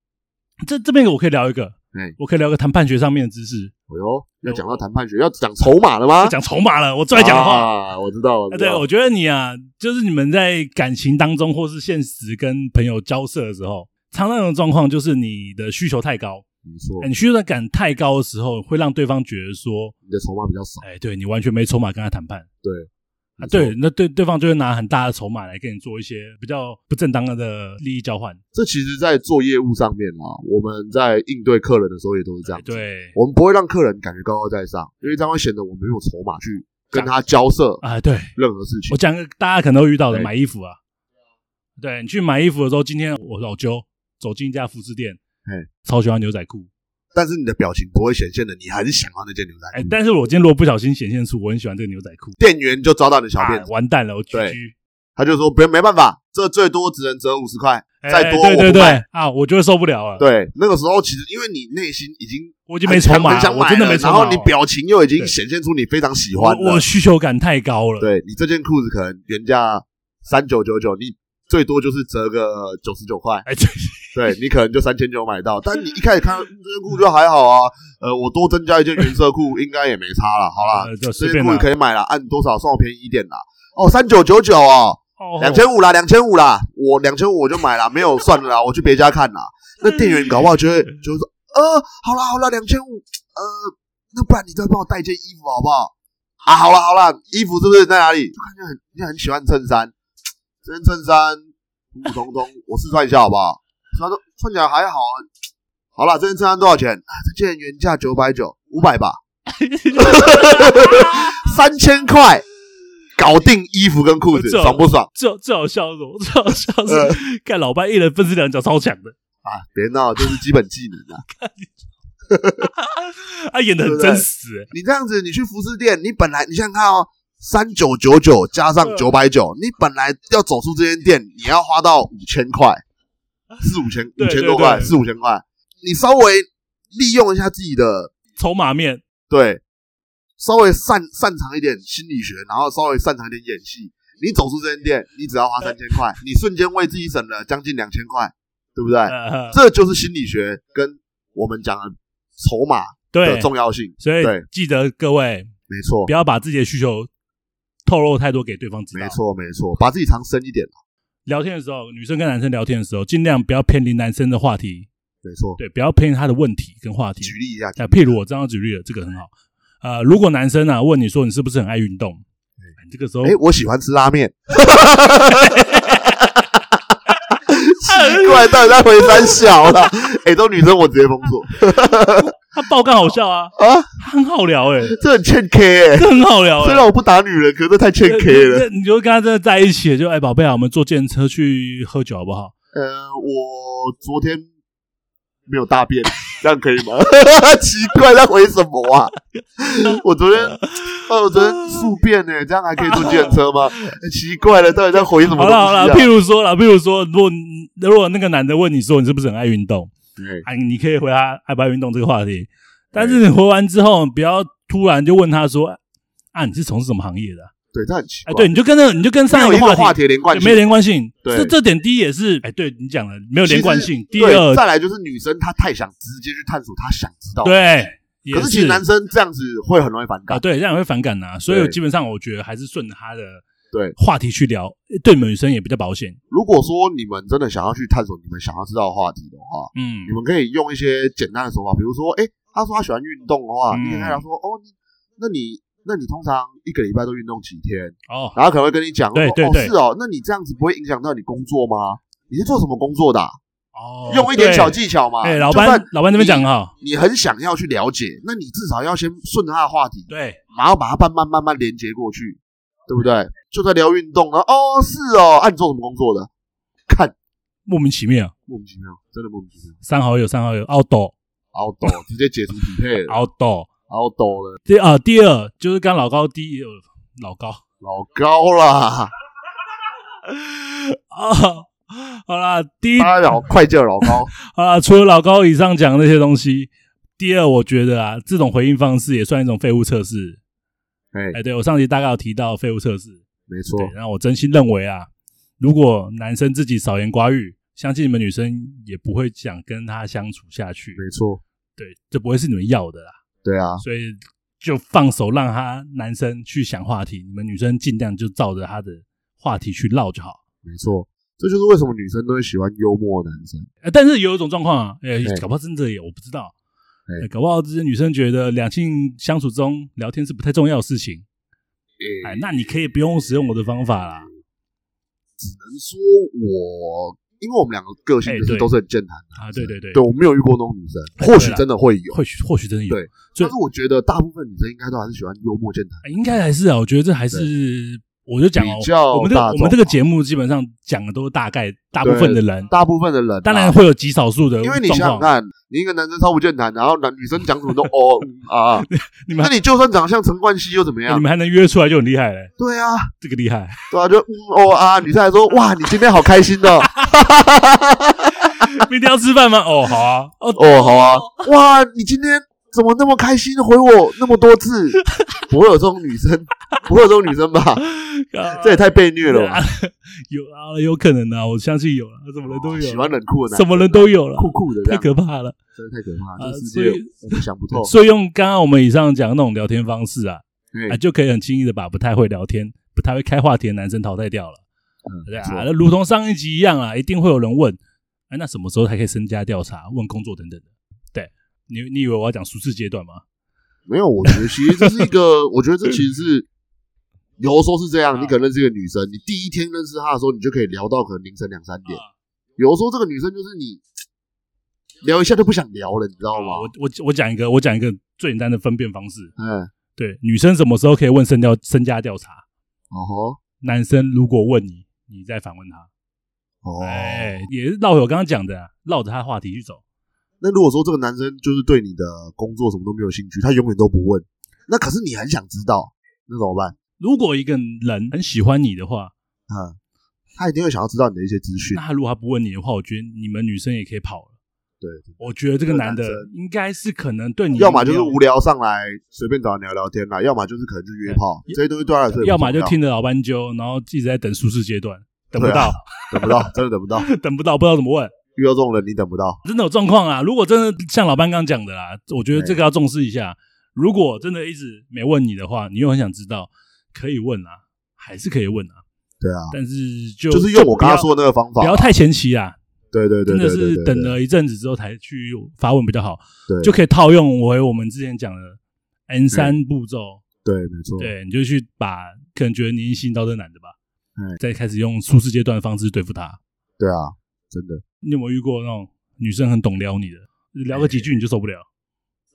S1: 这这边我可以聊一个
S2: 嗯，
S1: 我可以聊个谈判学上面的知识，
S2: 哎呦，要讲到谈判学，要讲筹码了吗？
S1: 讲筹码了，我最爱讲的话。
S2: 啊，我知道了。
S1: 啊对，我觉得你啊，就是你们在感情当中，或是现实跟朋友交涉的时候，常常有状况就是你的需求太高，
S2: 你说
S1: 哎你需求感太高的时候，会让对方觉得说，
S2: 你的筹码比较少，
S1: 哎，对你完全没筹码跟他谈判。啊，
S2: 没错
S1: 对，，那对对方就会拿很大的筹码来跟你做一些比较不正当的利益交换。
S2: 这其实，在做业务上面啊，我们在应对客人的时候也都是这样。，
S1: 哎对，
S2: 我们不会让客人感觉高高在上，因为这样会显得我们没有筹码去跟他交涉
S1: 啊，对，
S2: 任何事情
S1: 我。讲个大家可能会遇到的，
S2: 对
S1: 买衣服啊，对你去买衣服的时候，今天我老舅走进一家服饰店
S2: 嘿，
S1: 超喜欢牛仔裤，
S2: 但是你的表情不会显现的，你很想要那件牛仔
S1: 哎
S2: 裤，。
S1: 但是我今天如果不小心显现出我很喜欢这个牛仔裤，
S2: 店员就抓到你的小辫
S1: 啊，
S2: 子，
S1: 完蛋了，我居
S2: 对
S1: 居，
S2: 他就说：“不，没办法，这最多只能折五十块，
S1: 哎
S2: 再多
S1: 对
S2: 我
S1: 对
S2: 不卖。
S1: 对啊，我就会受不了了，”，
S2: 对，那个时候其实因为你内心已经
S1: 我已经没筹码
S2: 很哎想
S1: 了，
S2: 买
S1: 我
S2: 了
S1: 真的没筹
S2: 然
S1: 码
S2: 后
S1: 了，
S2: 你表情又已经
S1: 对
S2: 显现出你非常喜欢
S1: 我
S2: 了
S1: 我需求感太高了，
S2: 对你这件裤子可能原价三九九九，你最多就是折个九十九块，
S1: 哎，对，
S2: 对你可能就三千九买到。但你一开始看到嗯这件裤就还好啊，呃，我多增加一件原色裤应该也没差了，好 啦，
S1: 呃就
S2: 这
S1: 随
S2: 件
S1: 便
S2: 裤子
S1: 啦，
S2: 可以买了，按多少算我便宜一点啦。哦，三九九九哦，
S1: 哦
S2: 两千五啦，两千五啦，我两千五我就买了，没有算了啦，我去别家看啦。那店员搞不好就会就会说，呃，好啦好啦，两千五，呃，那不然你再帮我带一件衣服好不好？啊，好啦好啦，衣服是不是在哪里？就看见很你很喜欢衬衫，这件衬衫普普通通， 我试穿一下好不好？他说穿起来还好啊。好啦，这件衬衫多少钱？啊，这件原价九百九，五百吧，三千块，搞定衣服跟裤子，
S1: 不错
S2: 爽不爽？
S1: 最好最好笑是什么？最好笑
S2: 呃
S1: 是看老班一人分饰两角超强的，
S2: 啊，别闹，这是基本技能啊！
S1: 他啊演的很真实、欸。
S2: 你这样子，你去服饰店，你本来你想想看哦，三九九九加上
S1: 嗯
S2: 九百九，你本来要走出这间店，你要花到五千 块，四五千五
S1: 对
S2: 千多块，
S1: 对对
S2: 四五千块，你稍微利用一下自己的
S1: 筹码面，
S2: 对，稍微擅擅长一点心理学，然后稍微擅长一点演戏，你走出这间店，你只要花三千块，你瞬间为自己省了将近两千块，对不对？
S1: 呃，
S2: 这就是心理学跟我们讲的筹码的
S1: 对，
S2: 重要性。
S1: 所以
S2: 对
S1: 记得各位
S2: 没错
S1: 不，要把自己的需求透露太多给对方知道。
S2: 没，错，没错，把自己藏深一点啦。
S1: 聊天的时候，女生跟男生聊天的时候，尽量不要偏离男生的话题，
S2: 没错，
S1: 对，不要偏离他的问题跟话题。哎
S2: 举例一下，
S1: 那譬如我这样举例了，这个很好。呃，如果男生啊问你说你是不是很爱运动，这个时候
S2: 哎、我喜欢吃拉 面。奇怪，到底在回三小啦？哎、都女生我直接封锁，
S1: 他爆肝好笑啊
S2: 啊，
S1: 他很好聊 哎、
S2: 这很欠 K 哎、
S1: 这很好聊哎、
S2: 虽然我不打女人，可是这太欠 K 了。
S1: 这你就跟他真的在一起，就哎宝贝啊，我们坐电车去喝酒好不好？
S2: 呃，我昨天没有大便，这样可以吗？ 奇怪，在回什么啊？我昨天，呃，我昨天宿便呢、这样还可以坐计程车 吗？奇怪了，到底在回什么
S1: 好
S2: 东西、
S1: 了
S2: 啊？
S1: 好了，譬如说了，譬如说，如果你如果那个男的问你说你是不是很爱运动，
S2: 对
S1: 啊，你可以回答爱不爱运动这个话题，但是你回完之后，不要突然就问他说啊，你是从事什么行业的啊、
S2: 对，他很奇
S1: 哎，
S2: 怪。
S1: 对，你就跟那你就跟
S2: 没
S1: 上
S2: 有一
S1: 话
S2: 个话题连贯
S1: 对
S2: 性，
S1: 没连贯性，
S2: 对
S1: 这这点第一也是哎，对你讲了没有
S2: 其实
S1: 连贯性，第
S2: 对
S1: 二
S2: 再来就是女生她太想直接去探索她想知道的，
S1: 对，也
S2: 可是其实男生这样子会很容易反
S1: 啊，
S2: 感。
S1: 对，这样也会反感呐、所以
S2: 对
S1: 基本上我觉得还是顺着他的
S2: 对
S1: 话题去聊，对你们女生也比较保险。
S2: 如果说你们真的想要去探索你们想要知道的话题的话，
S1: 嗯
S2: 你，们可以用一些简单的手法，比如说，哎、他说他喜欢运动的话，
S1: 嗯
S2: 你可以跟他说，哦，你那你那你通常一个礼拜都运动几天？
S1: 哦，
S2: 然后可能会跟你讲，
S1: 对
S2: 说
S1: 对对
S2: 哦，是哦，那你这样子不会影响到你工作吗？你是做什么工作的啊、
S1: 哦，
S2: 用一点
S1: 对
S2: 小。技巧嘛。
S1: 哎、老
S2: 就算
S1: 班，老班这边讲哈，
S2: 你很想要去了解，那你至少要先顺着他的话题，
S1: 对，
S2: 然后把它慢慢慢慢连接过去，对不对？就在聊运动，然后哦，是哦，啊，你做什么工作的？看
S1: 莫名其妙，
S2: 莫名其妙，真的莫名其妙，
S1: 三好友，三好友，奥斗，
S2: 凹斗 直接解除匹配了，
S1: 奥斗。
S2: 凹斗了。
S1: 第啊、第二就是刚老高第一、呃老高
S2: 老 高啦，
S1: 啊、好啦，第一
S2: 他老哎快叫老 高，
S1: 好啦，除了老高以上讲的那些东西，第二我觉得啊，这种回应方式也算一种废物测试。
S2: 哎、
S1: 哎、对我上集大概有提到废物测试，
S2: 没错，
S1: 对，那我真心认为啊，如果男生自己少言寡语，相信你们女生也不会想跟他相处下去。
S2: 没错，
S1: 对，这不会是你们要的啦，
S2: 对啊，
S1: 所以就放手让他男生去想话题，你们女生尽量就照着他的话题去唠就好。
S2: 没错，这就是为什么女生都会喜欢幽默的男生。
S1: 呃，但是有一种状况啊，呃
S2: 对，
S1: 搞不好真的有，我不知道。
S2: 对
S1: 呃搞不好这些女生觉得两性相处中聊天是不太重要的事情，
S2: 哎、
S1: 哎，那你可以不用使用我的方法啦。
S2: 能说我，因为我们两个个性
S1: 哎
S2: 就是
S1: 对
S2: 都是很健谈的，
S1: 啊，对对对，
S2: 对我没有遇过那种女生，
S1: 哎
S2: 或许
S1: 对啦
S2: 真的会有，
S1: 或许或许真的有，
S2: 对
S1: 所以
S2: 但是我觉得大部分女生应该都还是喜欢幽默健谈。
S1: 应该还是啊，我觉得这还是，我就讲哦
S2: 比较，
S1: 我们这个
S2: 大众
S1: 我们这个节目基本上讲的都是大概大部分的人，
S2: 大部分的人啊、
S1: 当然会有极少数的
S2: 因为你
S1: 状
S2: 想想
S1: 况。
S2: 看，你一个男生超不健谈，然后男女生讲什么都 哦嗯啊，
S1: 你们哎
S2: 那你就算长相陈冠希又怎么
S1: 你
S2: 样？
S1: 们还能约出来就很厉害了，
S2: 对啊，
S1: 这个厉 害。
S2: 对啊，就嗯哦啊，女生还说哇，你今天好开心 哦，
S1: 明天要吃饭吗？哦，好啊。哦，
S2: 哦好啊，哇，你今天怎么那么开心，回我那么多次？不会有这种女生，不会有这种女生吧？
S1: 啊
S2: 这也太被 虐了吧！
S1: 有啊，有可能啊，我相信有啊，什么人都有，
S2: 喜欢冷酷的男生，
S1: 什么人都有了，
S2: 酷酷的这
S1: 太
S2: 样，
S1: 可怕了。
S2: 真的太可怕
S1: 啊
S2: 了，这世
S1: 所
S2: 界
S1: 以呃
S2: 我们想不透。
S1: 所以用刚刚我们以上讲的那种聊天方式啊，
S2: 对
S1: 啊，就可以很轻易的把不太会聊天、不太会开话题的男生淘汰掉了。
S2: 嗯
S1: 对啊
S2: 是，
S1: 那如同上一集一样啊，一定会有人问，哎，那什么时候才可以身家调查、问工作等等的？对你，你以为我要讲舒适阶段吗？
S2: 没有，我觉得其实这是一个，我觉得这其实是有的时候是这样，
S1: 啊
S2: 你可能认识一个女生，你第一天认识她的时候，你就可以聊到可能凌晨两三
S1: 啊
S2: 点。有的时候这个女生就是你聊一下就不想聊了，你知道吗？
S1: 啊我我我讲一个，我讲一个最简单的分辨方式。
S2: 嗯，
S1: 对，女生什么时候可以问身调身家调查？
S2: 哦吼，
S1: 男生如果问你，你再反问他，
S2: 哦，
S1: 哎，也是绕回我刚刚讲的啊，绕着他话题去走。
S2: 那如果说这个男生就是对你的工作什么都没有兴趣，他永远都不问，那可是你很想知道，那怎么办？
S1: 如果一个人很喜欢你的话，
S2: 嗯，他一定会想要知道你的一些资讯
S1: 那。他如果他不问你的话，我觉得你们女生也可以跑了。
S2: 对，
S1: 我觉得这个男的
S2: 这个男
S1: 应该是可能对你，
S2: 要么就是无，聊上来随便找人聊聊天啦，要么就是可能就约炮，这些东西对他来说也不
S1: 哎要么就
S2: 重
S1: 听着老斑鸠，然后一直在等舒适阶段，等不
S2: 对啊
S1: 到，
S2: 等不到，真的等不到，
S1: 等不到，不知道怎么问。
S2: 遇到这种人你等不到。
S1: 真的有状况啊！如果真的像老班刚讲的啦，我觉得这个要重视一下。如果真的一直没问你的话，你又很想知道，可以问啊，还是可以问啊，
S2: 对啊，
S1: 但是就
S2: 就是用
S1: 就
S2: 我
S1: 不要
S2: 刚刚说的那个方法
S1: 不，要太前期啊，
S2: 对对对
S1: 真
S2: 对
S1: 的
S2: 对
S1: 是
S2: 对，
S1: 等了一阵子之后才去发问比较好，
S2: 对
S1: 就可以套用回我们之前讲的， N 三步骤，
S2: 对，没错，
S1: 对，你就去把可能觉得你吸引到这个男的吧，
S2: 嗯
S1: 再开始用舒适阶段的方式对付他。
S2: 对啊，真的，
S1: 你有没有遇过那种女生很懂撩你的，聊个几句你就受不了？
S2: 哎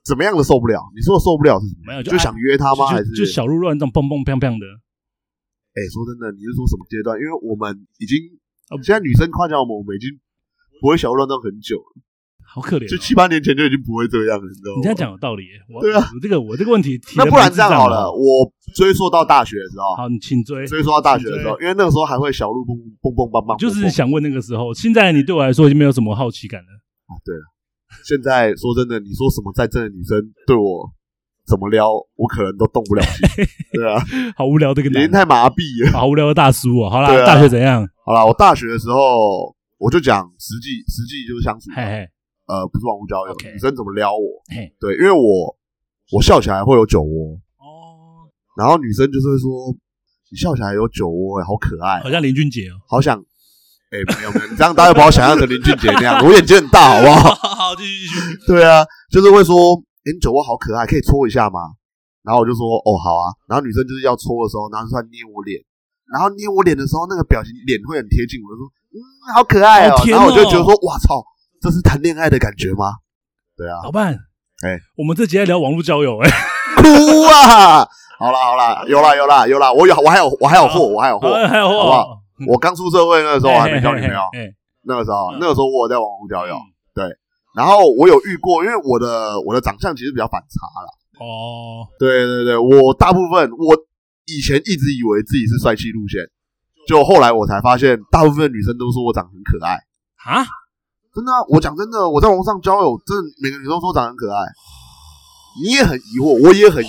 S2: 怎么样的受不了？你说的受不了是什么？
S1: 没有就啊
S2: 就想约他吗？还是
S1: 就就小鹿乱撞，蹦蹦砰砰的，
S2: 哎、说真的，你是说什么阶段？因为我们已经
S1: 啊
S2: 现在女生夸奖我们，我们已经不会小鹿乱撞很久了，
S1: 好可怜、哦。
S2: 就七八年前就已经不会这样了，你知道吗？
S1: 你这样讲有道理耶，我
S2: 对啊
S1: 我这个我这个问题提得
S2: 那不然
S1: 蛮智
S2: 这样
S1: 障
S2: 好
S1: 的哦
S2: 了，，我追溯到大学的时候，
S1: 好，你请追。
S2: 追溯到大学的时候，因为那个时候还会小鹿蹦蹦蹦蹦蹦，
S1: 就是
S2: 蹦
S1: 想问那个时候，现在你对我来说已经没有什么好奇感了。
S2: 啊，对了，现在说真的，你说什么再正的女生对我怎么撩，我可能都动不了心， 对啊，
S1: 好无聊这个
S2: 脸
S1: 男的，
S2: 太麻痹了。
S1: 好无聊的大叔哦。好啦，
S2: 对啊
S1: 大学怎样？
S2: 好啦，我大学的时候我就讲实际，实际就是相处嘛，
S1: 嘿嘿，
S2: 呃，不是网络交友
S1: OK
S2: 女生怎么撩我
S1: 嘿？
S2: 对，因为我我笑起来会有酒窝，
S1: 哦，
S2: 然后女生就是会说你笑起来有酒窝、欸，好可爱 哦、
S1: 好像林俊杰哦。
S2: 好想，哎、没有没有，你这样大家把我想象成林俊杰那样，我眼睛很大，好不好？
S1: 好，继续继续。
S2: 对啊，就是会说，哎、你酒窝好可爱，可以搓一下吗？然后我就说，哦，好啊。然后女生就是要搓的时候，然后突然捏我脸，然后捏我脸的时候，那个表情脸会很贴近，我就说，嗯，好可爱哦。
S1: 好甜
S2: 然后我就
S1: 哦
S2: 觉得说，哇操，这是谈恋爱的感觉吗？对啊，
S1: 老伴，
S2: 哎
S1: 我们这集在聊网络交友，哎，
S2: 哭啊！好啦好啦，有啦有啦有啦，我有我还有我还有货，我还有货。
S1: 还有
S2: 好不好？我刚出社会那个时候我还没交女朋友，
S1: 哎，
S2: 那个时候
S1: 嗯
S2: 那个时候我有在网络交友
S1: 嗯，
S2: 然后我有遇过，因为我的我的长相其实比较反差啦。
S1: 哦，
S2: 对对对，我大部分我以前一直以为自己是帅气路线，就后来我才发现，大部分女生都说我长得很可爱。
S1: 啊，
S2: 真的啊、我讲真的，我在网上交友，真的每个女生都说我长得很可爱。你也很疑惑，我也很疑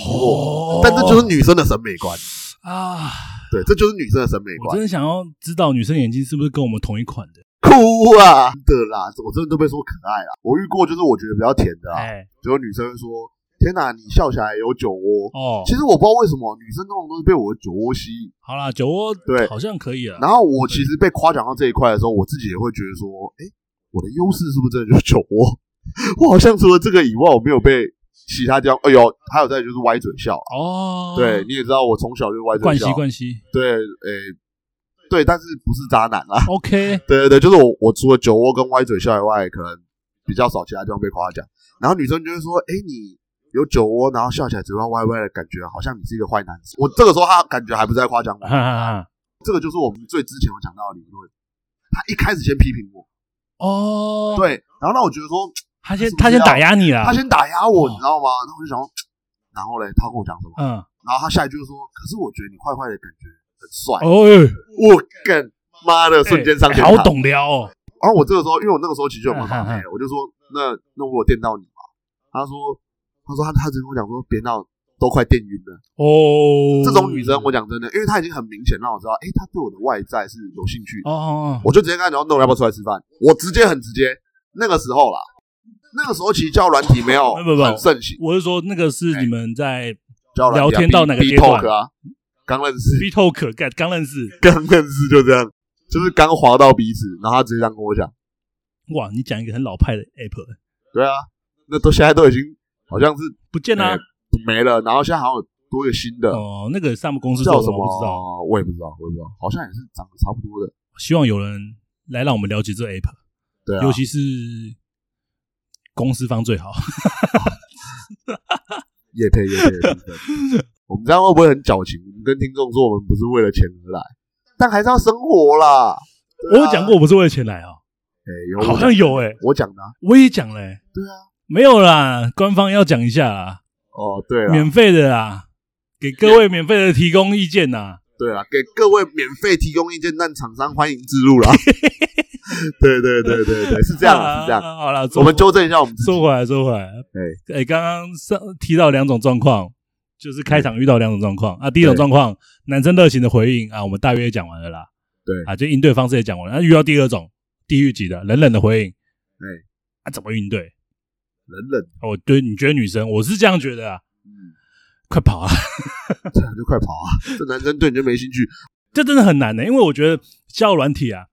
S1: 哦
S2: 惑，但这就是女生的审美观。
S1: 啊，
S2: 对，这就是女生的审美
S1: 我
S2: 观
S1: 真。的想要知道女生眼睛是不是跟我们同一款的？
S2: 哭啊，真的啦，我真的都被说可爱啦。我遇过就是我觉得比较甜的啊，
S1: 哎，
S2: 结果女生说：“天哪，你笑起来有酒窝。”
S1: 哦
S2: 其，实我不知道为什么女生通常都是被我的酒窝吸引。
S1: 好啦，酒窝
S2: 对
S1: 好像可以了。
S2: 然后我其实被夸奖到这一块的时候，我自己也会觉得说，哎，我的优势是不是真的就是酒窝？我 好像除了这个以外，我没有被其他地方。哎呦，还有再就是歪嘴笑啊。
S1: 哦，
S2: 对，，你也知道我从小就歪嘴
S1: 冠
S2: 笑
S1: 希。冠希
S2: 对，哎，对，但是不是渣男啦。
S1: ，OK，
S2: 对对对，就是我我除了酒窝跟歪嘴笑以外，可能比较少其他地方被夸奖。然后女生就会说，哎，你。有酒窝，然后笑起来嘴巴歪歪的感觉，好像你是一个坏男子。我这个时候，他感觉还不是在夸奖我
S1: 哈，哈哈，
S2: 这个就是我们最之前有讲到的理论。他一开始先批评我，
S1: 哦，，
S2: 对，然后让我觉得说
S1: 他先他先打压你啦，
S2: 他先打压
S1: 哦
S2: 我，你知道吗？然后我就想说，然后嘞，他跟我讲什么？
S1: 嗯，
S2: 然后他下一句就说：“可是我觉得你坏坏的感觉很帅。
S1: 哦，哎”
S2: 我干妈的，瞬间上
S1: 哎
S2: 天
S1: 好
S2: 堂。
S1: 懂聊哦，
S2: 然后我这个时候，因为我那个时候其实就有
S1: 嗯
S2: 蛮
S1: 嗯嗯
S2: 黑的，我就说：“那那我有电到你吗？”他说：“他说他他只跟我讲说别闹，都快电晕了。”
S1: 哦，
S2: 这种女生，我讲真的，因为她已经很明显让我知道，哎，她对我的外在是有兴趣的。
S1: 哦哦，哦
S2: 我就直接跟他讲，那我要不要出来吃饭？我直接很直接。那个时候啦，那个时候其实交友软体没有
S1: 不不不
S2: 很盛行，
S1: 我是说那个
S2: 哎
S1: 是你们在
S2: 交友软体啊
S1: 聊天到哪个
S2: B-
S1: 阶段
S2: B-talk 啊？刚认识，
S1: B Talk 干刚认识，
S2: 刚认识就这样，就是刚滑到彼此，然后他直接这样跟我讲，
S1: 哇，你讲一个很老派的 App，
S2: 对啊，那都现在都已经好像是
S1: 不见啦
S2: 哎，没了，然后现在好像有多一个新的，
S1: 哦，那个上面公司
S2: 叫
S1: 做
S2: 什
S1: 我不知道，
S2: 么？我也不知道，我也不知道，好像也是长得差不多的，
S1: 希望有人来让我们了解这 App，
S2: 对
S1: 尤
S2: 啊，
S1: 其是公司方最好。
S2: 也配也配的部 分。我们这样会不会很矫情？我们跟听众说我们不是为了钱而来，但还是要生活啦。
S1: 我
S2: 对啊
S1: 有讲过，我不是为了钱来哦，
S2: 哎、有
S1: 好像有哎、
S2: 我讲的啊、
S1: 我也讲了、欸，
S2: 对啊，
S1: 没有啦，官方要讲一下啦，
S2: 哦，对了，
S1: 免费的啦，给各位免费的提供意见啊呐。
S2: 对了，给各位免费提供意见，但厂商欢迎自 入啦。对对对对对，是这样的，是这样的。
S1: 啊好啦，
S2: 我
S1: 说
S2: 们纠正一下我 们自己。
S1: 说回来，说回来，哎、刚刚上提到两种状况，就是开场遇到两种状况啊。第一种
S2: 对
S1: 状况，男生热情的回应啊，我们大约也讲完了啦，
S2: 对
S1: 啊，就应对方式也讲完了。那、遇到第二种，地狱级的冷冷的回应，
S2: 哎
S1: 啊，怎么应对？
S2: 冷冷，
S1: 啊我对你觉得女生，我是这样觉得啊，
S2: 嗯，
S1: 快跑啊！
S2: 这样就快跑啊！这男生对你就没兴趣。
S1: 这真的很难的、因为我觉得交友软体啊，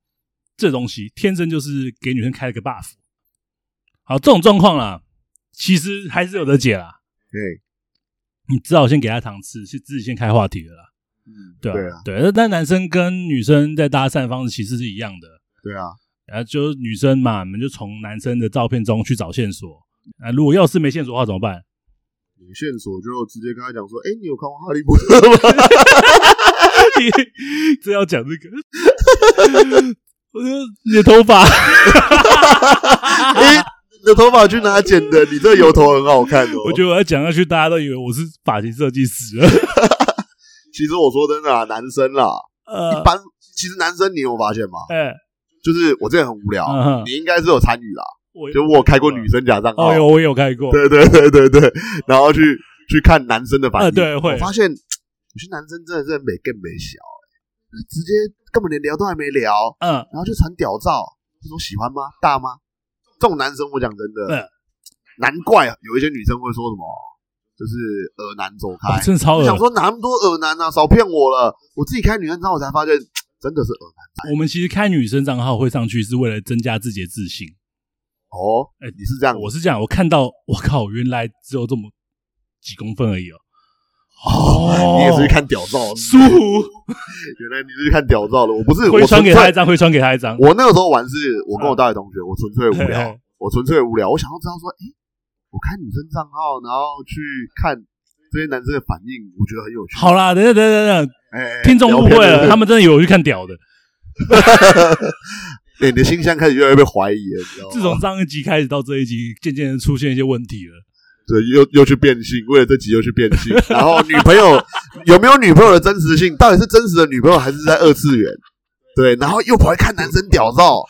S1: 这东西天生就是给女生开了个 buff。好，这种状况啦，其实还是有的解啦。
S2: 哎，
S1: 你至少先给他糖吃，是自己先开话题了啦。
S2: 嗯，
S1: 对
S2: 对啊，
S1: 对，那但男生跟女生在搭讪方式其实是一样的，
S2: 对啊，
S1: 然后就是女生嘛，我们就从男生的照片中去找线索。啊，如果要是没线索的话怎么办？
S2: 有线索就直接跟他讲说，哎，你有看过《哈利波特》吗？
S1: 这要讲这个，我就你的头
S2: 哦
S1: 发，
S2: 哎，你的头发去哪剪的？你这油头很好看哦。
S1: 我觉得我要讲下去，大家都以为我是发型设计师了。
S2: 其实我说真的啊，男生啦，
S1: 呃
S2: 一，般其实男生你有发现吗？
S1: 哎，
S2: 就是我之前很无聊，
S1: 嗯哼
S2: 你应该是有参与啦，
S1: 我
S2: 就我开过女生假账号
S1: 哦，，有我也有开过，
S2: 对对对对对，然后去去看男生的反
S1: 啊
S2: 应，
S1: 对会
S2: 我发现有些男生真的是很美更美小、欸，直接根本连聊都还没聊，
S1: 嗯，
S2: 然后就传屌照，这种喜欢吗？大吗？这种男生我讲真
S1: 嗯
S2: 的，难怪有一些女生会说什么，就是耳男走
S1: 哇
S2: 开，
S1: 哦真的啊超恶
S2: 想说哪那么多耳男啊，少骗我了，我自己开女生照我才发现真的是耳男
S1: 我们其实开女生账号会上去是为了增加自己的自信。
S2: 哦，
S1: 哎
S2: 你是这样，
S1: 我是这样，我看到，我靠，原来只有这么几公分而已哦。
S2: 哦， 你也是去看屌照，
S1: 舒服，
S2: 原来你是去看屌照的，我不是，
S1: 会
S2: 我
S1: 传
S2: 纯
S1: 给
S2: 粹
S1: 他一张，会传给他一张。
S2: 我那个时候玩是我跟我大学同学，我纯粹无
S1: 嗯嘿哦
S2: 聊
S1: 嘿，
S2: 我纯粹无聊，我想要知道说，诶，我看女生账号，然后去看这些男生的反应，我觉得很有趣。
S1: 好啦，等等等等等，
S2: 哎，
S1: 听众误会了，他
S2: 们
S1: 们真的以为我去看屌的。
S2: 哦你的形象开始越来越被怀疑了，你知道吗？
S1: 自从上一集开始到这一集，渐渐的出现一些问题了。
S2: 对，又又去变性，为了这集又去变性，然后女朋友有没有女朋友的真实性，到底是真实的女朋友还是在二次元？对，然后又跑来看男生屌照，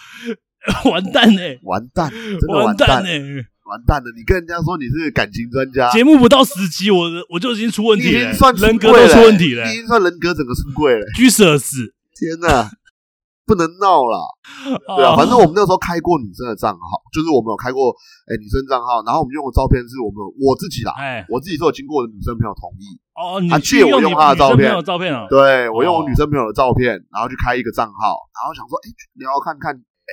S1: 完蛋哎、
S2: 完蛋，真的
S1: 完
S2: 完蛋
S1: 蛋，哎、
S2: 完蛋了！你跟人家说你是感情专家，
S1: 节目不到十集，我的我就已经出问
S2: 你
S1: 题
S2: 已
S1: 了、
S2: 经算出
S1: 人格
S2: 柜
S1: 都
S2: 了欸
S1: 出问题了、
S2: 你已经算人格整个出柜了。
S1: 居舍死。
S2: 天哪，不能闹啦！
S1: 哦
S2: 对啊，反正我们那时候开过女生的账号，就是我们有开过哎、女生账号，然后我们用的照片是我们我自己啦，
S1: 哎
S2: 我自己是有经过我的女生朋友同意，
S1: 哦，你
S2: 啊
S1: 去
S2: 借我
S1: 你
S2: 用
S1: 女
S2: 他的照
S1: 生
S2: 片
S1: 朋友照片啊？
S2: 对我用
S1: 哦
S2: 我女生朋友的照片，然后去开一个账号，然后想说哎、去聊聊看看哎、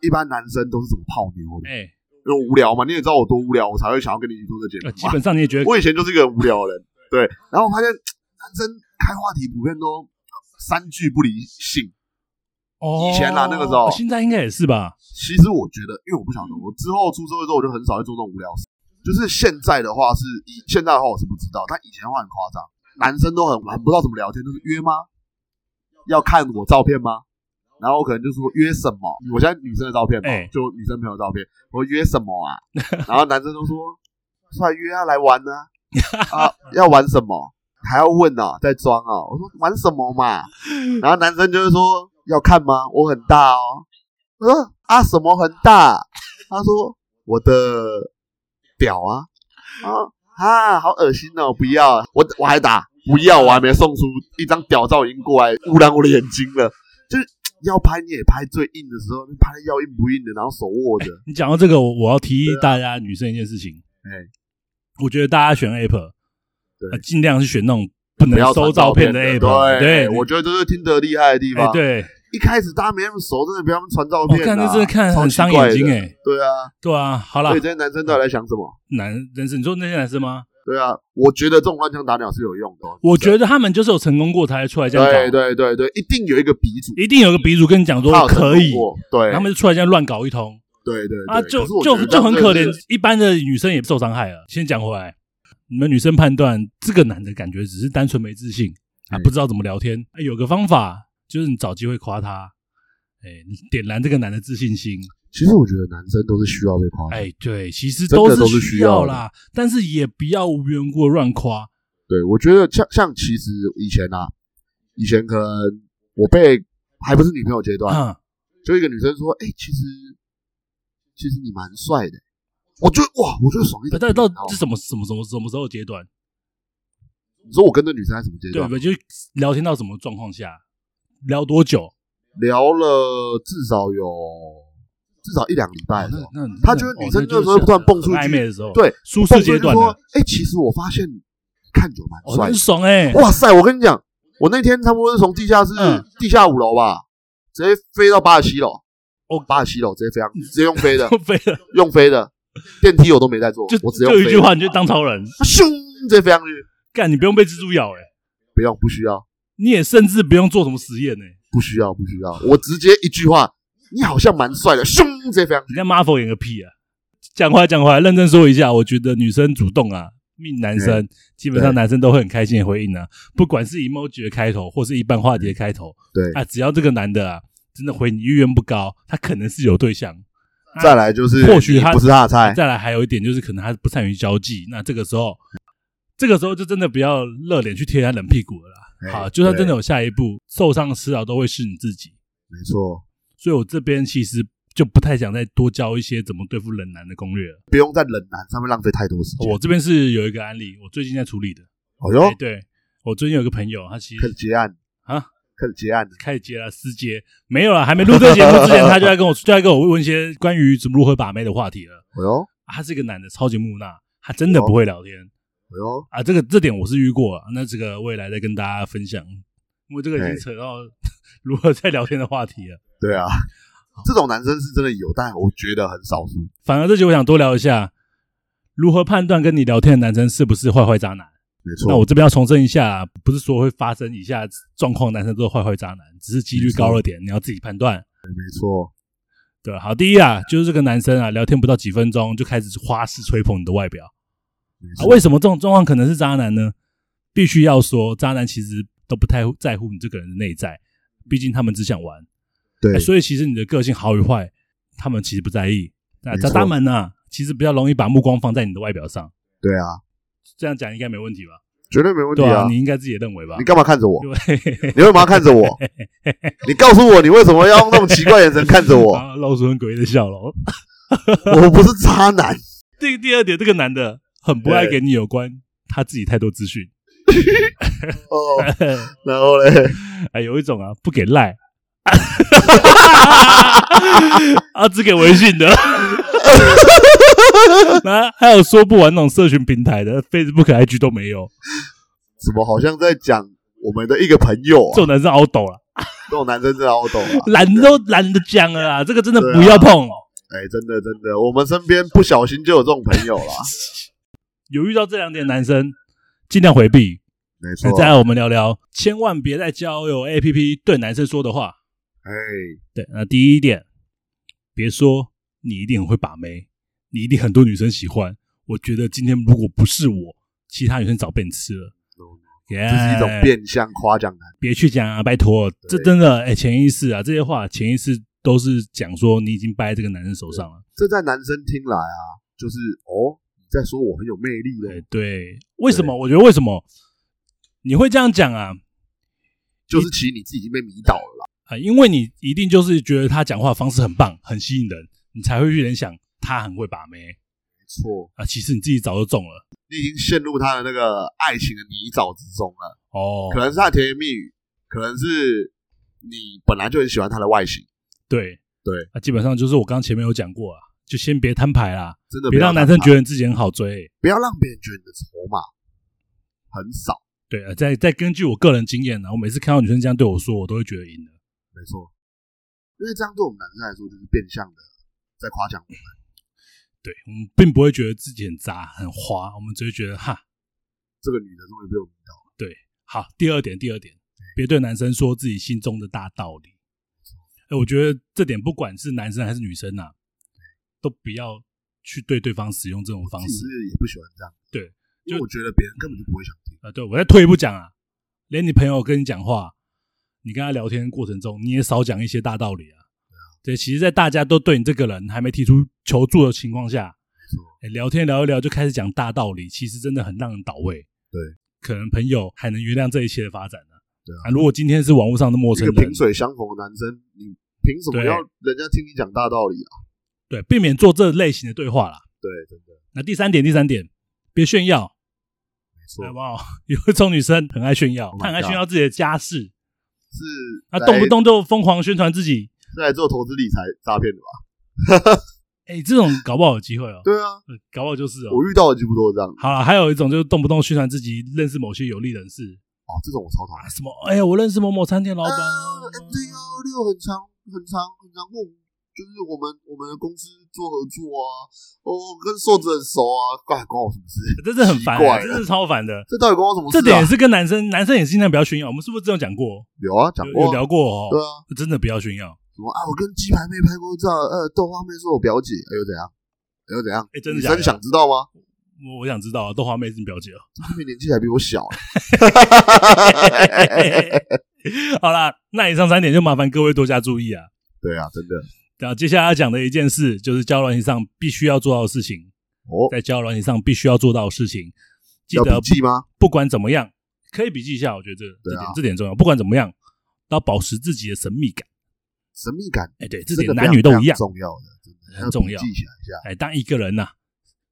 S2: 一般男生都是怎么泡妞的？
S1: 哎、
S2: 因为无聊嘛，你也知道我多无聊，我才会想要跟你一起做这节
S1: 呃
S2: 目嘛。
S1: 基本上你也觉得
S2: 我以前就是一个很无聊的人，对。然后我发现男生开话题普遍都三句不离性。
S1: 哦，
S2: 以前啦那个时候
S1: 现在应该也是吧？
S2: 其实我觉得，因为我不晓得，我之后出社会之后，我就很少会做这种无聊事。就是现在的话是以现在的话我是不知道，但以前的话很夸张，男生都很很不知道怎么聊天，就是约吗？要看我照片吗？然后我可能就说约什么？我现在女生的照片嘛，
S1: 哎
S2: 就女生朋友的照片，我说约什么啊？然后男生都说出来约啊，来玩呢啊啊，要玩什么？还要问啊，在装啊？我说玩什么嘛？然后男生就是说要看吗？我很大哦。我说啊什么很大？他说我的屌啊啊啊，好恶心哦！不要，我我还打不要，我还没送出一张屌照已经过来污染我的眼睛了。就是要拍你也拍最硬的时候，拍的要硬不硬的，然后手握着，
S1: 你讲到这个，我我要提议大家女生一件事情，
S2: 哎、
S1: 我觉得大家选 app，
S2: 对
S1: 呃尽量是选那种不
S2: 不要
S1: 能收
S2: 传照
S1: 片
S2: 的
S1: 的 app，
S2: 对，
S1: 对，
S2: 我觉得这是听得厉害的地
S1: 哎
S2: 方。，
S1: 对，
S2: 一开始大家没那么熟，真的不要传照
S1: 我
S2: 片、啊，
S1: 看这真的看
S2: 超
S1: 很
S2: 奇
S1: 伤
S2: 怪
S1: 眼睛
S2: 的
S1: 哎，
S2: 对啊，
S1: 对啊，好啦
S2: 所以，这些男生到底在想什么？
S1: 男人生，你说那些男生吗？
S2: 对啊，我觉得这种乱枪打鸟是有用的。哦
S1: 我觉得他们就是有成功过才会出来这样
S2: 对
S1: 搞，
S2: 对对对，一定有一个鼻祖，
S1: 一定有个鼻祖跟你讲说
S2: 他有
S1: 可以
S2: 成功，过，对，
S1: 他们就出来这样乱搞一通
S2: 对对对
S1: 啊，就
S2: 可是我觉
S1: 就
S2: 得
S1: 就很可
S2: 这
S1: 怜
S2: 样真的是，
S1: 一般的女生也受伤害了。先讲回来，你们女生判断这个男的感觉只是单纯没自信啊，
S2: 嗯
S1: 不知道怎么聊天。哎有个方法就是你找机会夸他，哎，点燃这个男的自信心。
S2: 其实我觉得男生都是需要被夸的。
S1: 哎，对，其实
S2: 真的哦都
S1: 是
S2: 是
S1: 需
S2: 需要的
S1: 啦，但是也不要无缘无故地乱夸。
S2: 对，我觉得像像其实以前啊，以前可能我被还不是女朋友阶段，
S1: 啊，
S2: 就一个女生说：“哎、其实其实你蛮帅的。”我就哇，我就爽一
S1: 那
S2: 点。
S1: 到到
S2: 然后
S1: 这什么什么什么什么时候阶段？
S2: 你说我跟那女生在什么阶
S1: 对
S2: 段
S1: 不？对？就是聊天到什么状况下，聊多久？
S2: 聊了至少有至少一两个礼拜
S1: 哦
S2: 了。
S1: 那那
S2: 哎他觉得
S1: 那
S2: 女生
S1: 哦
S2: 那时候
S1: 就是
S2: 突然蹦出一句
S1: 很暧昧的时候，，
S2: 对，
S1: 舒
S2: 蹦
S1: 适
S2: 出来
S1: 阶
S2: 就
S1: 段
S2: 说
S1: 的，：“
S2: 哎、其实我发现看久蛮
S1: 哦，那
S2: 帅的
S1: 很。爽哎，
S2: 哇塞！我跟你讲，我那天差不多是从地下室、
S1: 嗯
S2: 地下五楼吧，直接飞到八十七楼。
S1: 哦
S2: 八十七楼直接飞上，直接用飞的，
S1: 飞了，
S2: 用飞的，电梯我都没在坐
S1: 就，
S2: 啊 我只用
S1: 就
S2: 飞
S1: 一
S2: 的
S1: 句话你就当超人，
S2: 咻，直接飞上去，
S1: 干，你不用被蜘蛛咬、欸，哎，
S2: 不用，不需要，
S1: 你也甚至不用做什么实验、欸，哎，
S2: 不需要，不需要，我直接一句话，你好像蛮帅的，咻，直接飞上去，
S1: 你看 Marvel 演个屁啊！讲回来，讲回来，认真说一下，我觉得女生主动啊，命男生，基本上
S2: 嗯对
S1: 男生都会很开心的回应啊，不管是 emoji 的开头，或是一般话题的开头，
S2: 对
S1: 啊，只要这个男的啊，真的回你意愿不高，他可能是有对象。
S2: 再来就是
S1: 嗯或许
S2: 你
S1: 他
S2: 不是他的菜，
S1: 再来还有一点就是，可能他不善于交际，那这个时候，这个时候就真的不要热脸去贴他冷屁股了啦。
S2: 哎
S1: 好，就算真的有下一步，受伤迟早都会是你自己。
S2: 没错，
S1: 所以我这边其实就不太想再多教一些怎么对付冷男的攻略了。
S2: 不用在冷男上面浪费太多时间。
S1: 我这边是有一个案例，我最近在处理的。
S2: 哦哟
S1: 哎，对我最近有个朋友，他其
S2: 开始
S1: 实
S2: 结案
S1: 啊，
S2: 开始结案了，
S1: 开始接了私接，没有了，还没录这个节目之前，他就在跟我就 在跟我问一些关于怎么如何把妹的话题了。
S2: 哦哟，
S1: 啊他是一个男的，超级木讷，他真的不会聊天。
S2: 哦哟，
S1: 啊，这个这点我是遇过、啊，那这个未来再跟大家分享，因为这个已经
S2: 哎
S1: 扯到 如何在聊天的话题了。
S2: 对啊， 这种男生是真的有，但我觉得很少数。
S1: 反而这集我想多聊一下，如何判断跟你聊天的男生是不是坏坏渣男。
S2: 没
S1: 那
S2: 错
S1: 我，这边要重申一下，不是说会发生以下状况，男生都是坏坏渣男，只是几率高了点，你要自己判断。
S2: 没错，
S1: 对，好，第一啊，就是这个男生啊，聊天不到几分钟就开始花式吹捧你的外表，
S2: 没
S1: 啊，
S2: 错。
S1: 为什么这种状况可能是渣男呢？必须要说，渣男其实都不太在乎你这个人的内在，毕竟他们只想玩。
S2: 对
S1: 哎所以其实你的个性好与坏，他们其实不在意。那
S2: 没
S1: 渣
S2: 错
S1: 渣们呢、啊其实比较容易把目光放在你的外表上。
S2: 对啊，
S1: 这样讲应该没问题吧？
S2: 绝对没问题
S1: 对
S2: 啊！
S1: 你应该自己也认为吧
S2: 你？干嘛看着我？
S1: 对，
S2: 你为什么要看着 我？你告诉我，你为什么要用那种奇怪眼神看 着我？
S1: 啊露出很诡异的笑容。
S2: 我不是渣男，
S1: 第第二点，这个男的很不爱
S2: 对
S1: 给你有关他自己太多资讯，
S2: 哦，然后嘞，
S1: 哎，有一种啊，不给赖， 啊，只给微信的。 那还有说不完那种社群平台的，Facebook、IG 都没有，
S2: 怎么好像在讲我们的一个朋友
S1: 这种
S2: 啊？
S1: 男生 out 了，
S2: 这种男生真的好懂啊！
S1: 懒都懒得讲了啊，这个真的
S2: 对啊
S1: 不要碰哦。
S2: 哎，真的真的，我们身边不小心就有这种朋友 啦。
S1: 有遇到这两点的男生，尽量回避。
S2: 没错
S1: 那，再来我们聊聊，千万别在交友 APP 对男生说的话。
S2: 哎，
S1: 对，那第一点，别说你一定很会把妹，你一定很多女生喜欢。我觉得今天如果不是我，其他女生早被你吃了。这
S2: 这是一
S1: 哎
S2: 种，变相夸奖男。
S1: 别去讲啊，拜托，这真的哎、潜意识啊，这些话潜意识都是讲说你已经掰在这个男生手上了。
S2: 这在男生听来啊，就是哦，你在说我很有魅力
S1: 对
S2: 哦，
S1: 哎对，为什么？我觉得为什么你会这样讲啊？
S2: 就是其实你自己已经被迷倒了啦。
S1: 啊、因为你一定就是觉得他讲话方式很棒，很吸引人，你才会去联想他很会把妹
S2: 没错，
S1: 啊。其实你自己早就中了
S2: 你已经陷入他的那个爱情的泥沼之中了。
S1: 哦。
S2: 可能是他的甜言蜜语，可能是你本来就很喜欢他的外形，
S1: 对
S2: 对，
S1: 啊，基本上就是我刚前面有讲过啊，就先别摊牌啦，
S2: 真的
S1: 别让
S2: 让
S1: 男生觉
S2: 得，
S1: 得你自己很好追、
S2: 不要让别人觉得你的筹码很少。
S1: 对啊，再再根据我个人经验呢、啊我每次看到女生这样对我说，我都会觉得赢了。
S2: 没错，因为这样对我们男生来说就是变相的在夸奖我们。
S1: 对我们并不会觉得自己很渣很花，我们只会觉得哈
S2: 这个女的终于被我迷倒了，
S1: 好。第二点，第二点，别对男生说自己心中的大道理。哎，我觉得这点不管是男生还是女生啊，都不要去对对方使用这种方
S2: 其
S1: 式
S2: 实。也不喜欢这样。
S1: 对，
S2: 因为
S1: 就
S2: 我觉得别人根本就不会想听。
S1: 啊，对我再退一步讲啊，连你朋友跟你讲话，你跟他聊天过程中，你也少讲一些大道理啊。对，其实，在大家都对你这个人还没提出求助的情况下，哎聊天聊一聊就开始讲大道理，其实真的很让人倒胃。
S2: 对，
S1: 可能朋友还能原谅这一切的发展呢、
S2: 对啊
S1: 如果今天是网络上的陌
S2: 一
S1: 生
S2: 个
S1: 人
S2: 萍，水相逢的男生，你凭什么
S1: 对
S2: 要人家听你讲大道理啊？
S1: 对，避免做这类型的对话啦。
S2: 对，真的
S1: 那第三点，第三点，别炫耀，
S2: 没错
S1: 好，不 好？有一种女生很爱炫耀，
S2: Oh my
S1: 她很爱
S2: God
S1: 炫耀自己的家世，
S2: 是
S1: 她
S2: 来
S1: 动不动就疯狂宣传自己，
S2: 是来做投资理财诈骗的吧？
S1: 哎、这种搞不好有机会哦，
S2: 对啊，
S1: 呃搞不好就是哦。
S2: 我遇到的几乎都是这样的。
S1: 好了，还有一种就是动不动宣传自己认识某些有利人士
S2: 哦，这种我超讨厌
S1: 啊，。什么哎呀，我认识某某餐厅老板
S2: 哦啊，M C 幺六很长很长很长，问就是我们我们的公司做合作啊，哦，跟瘦子很熟啊，干关我什么事？
S1: 这是很烦
S2: 奇
S1: 欸，
S2: 怪
S1: 这
S2: 了
S1: 是超烦的。
S2: 这到底关我什么事、
S1: 这点
S2: 啊？
S1: 也是跟男生，男生也是尽量不要炫耀。我们是不是之前有讲过？
S2: 有啊，讲
S1: 有
S2: 过
S1: 有
S2: 啊、
S1: 聊过哦。
S2: 对啊，
S1: 真的不要炫耀。
S2: 什么啊？我跟鸡排妹拍过照，呃，豆花妹是我表姐，哎、又怎样？哎、又怎样？
S1: 哎真的
S2: 女
S1: 假的
S2: 生想知道吗？
S1: 我我想知道，啊豆花妹是你表姐哦。
S2: 他们年纪还比我小、啊
S1: 好啦，那以上三点就麻烦各位多加注意啊。
S2: 对啊，真的
S1: 然后接下来要讲的一件事，就是交友软体上必须要做到的事情，
S2: 哦，
S1: 在交友软体上必须要做到的事情，记
S2: 要
S1: 得
S2: 笔记吗？
S1: 不管怎么样，可以笔记一下，我觉得这个这
S2: 对啊
S1: 点、这点重要。不管怎么样，都要保持自己的神秘感。
S2: 神秘感，
S1: 哎，对，这
S2: 真
S1: 点
S2: 的
S1: 男女都一
S2: 非
S1: 样
S2: 常。重要的，真的
S1: 很重要
S2: 笔记起来一下。
S1: 哎，当一个人呐、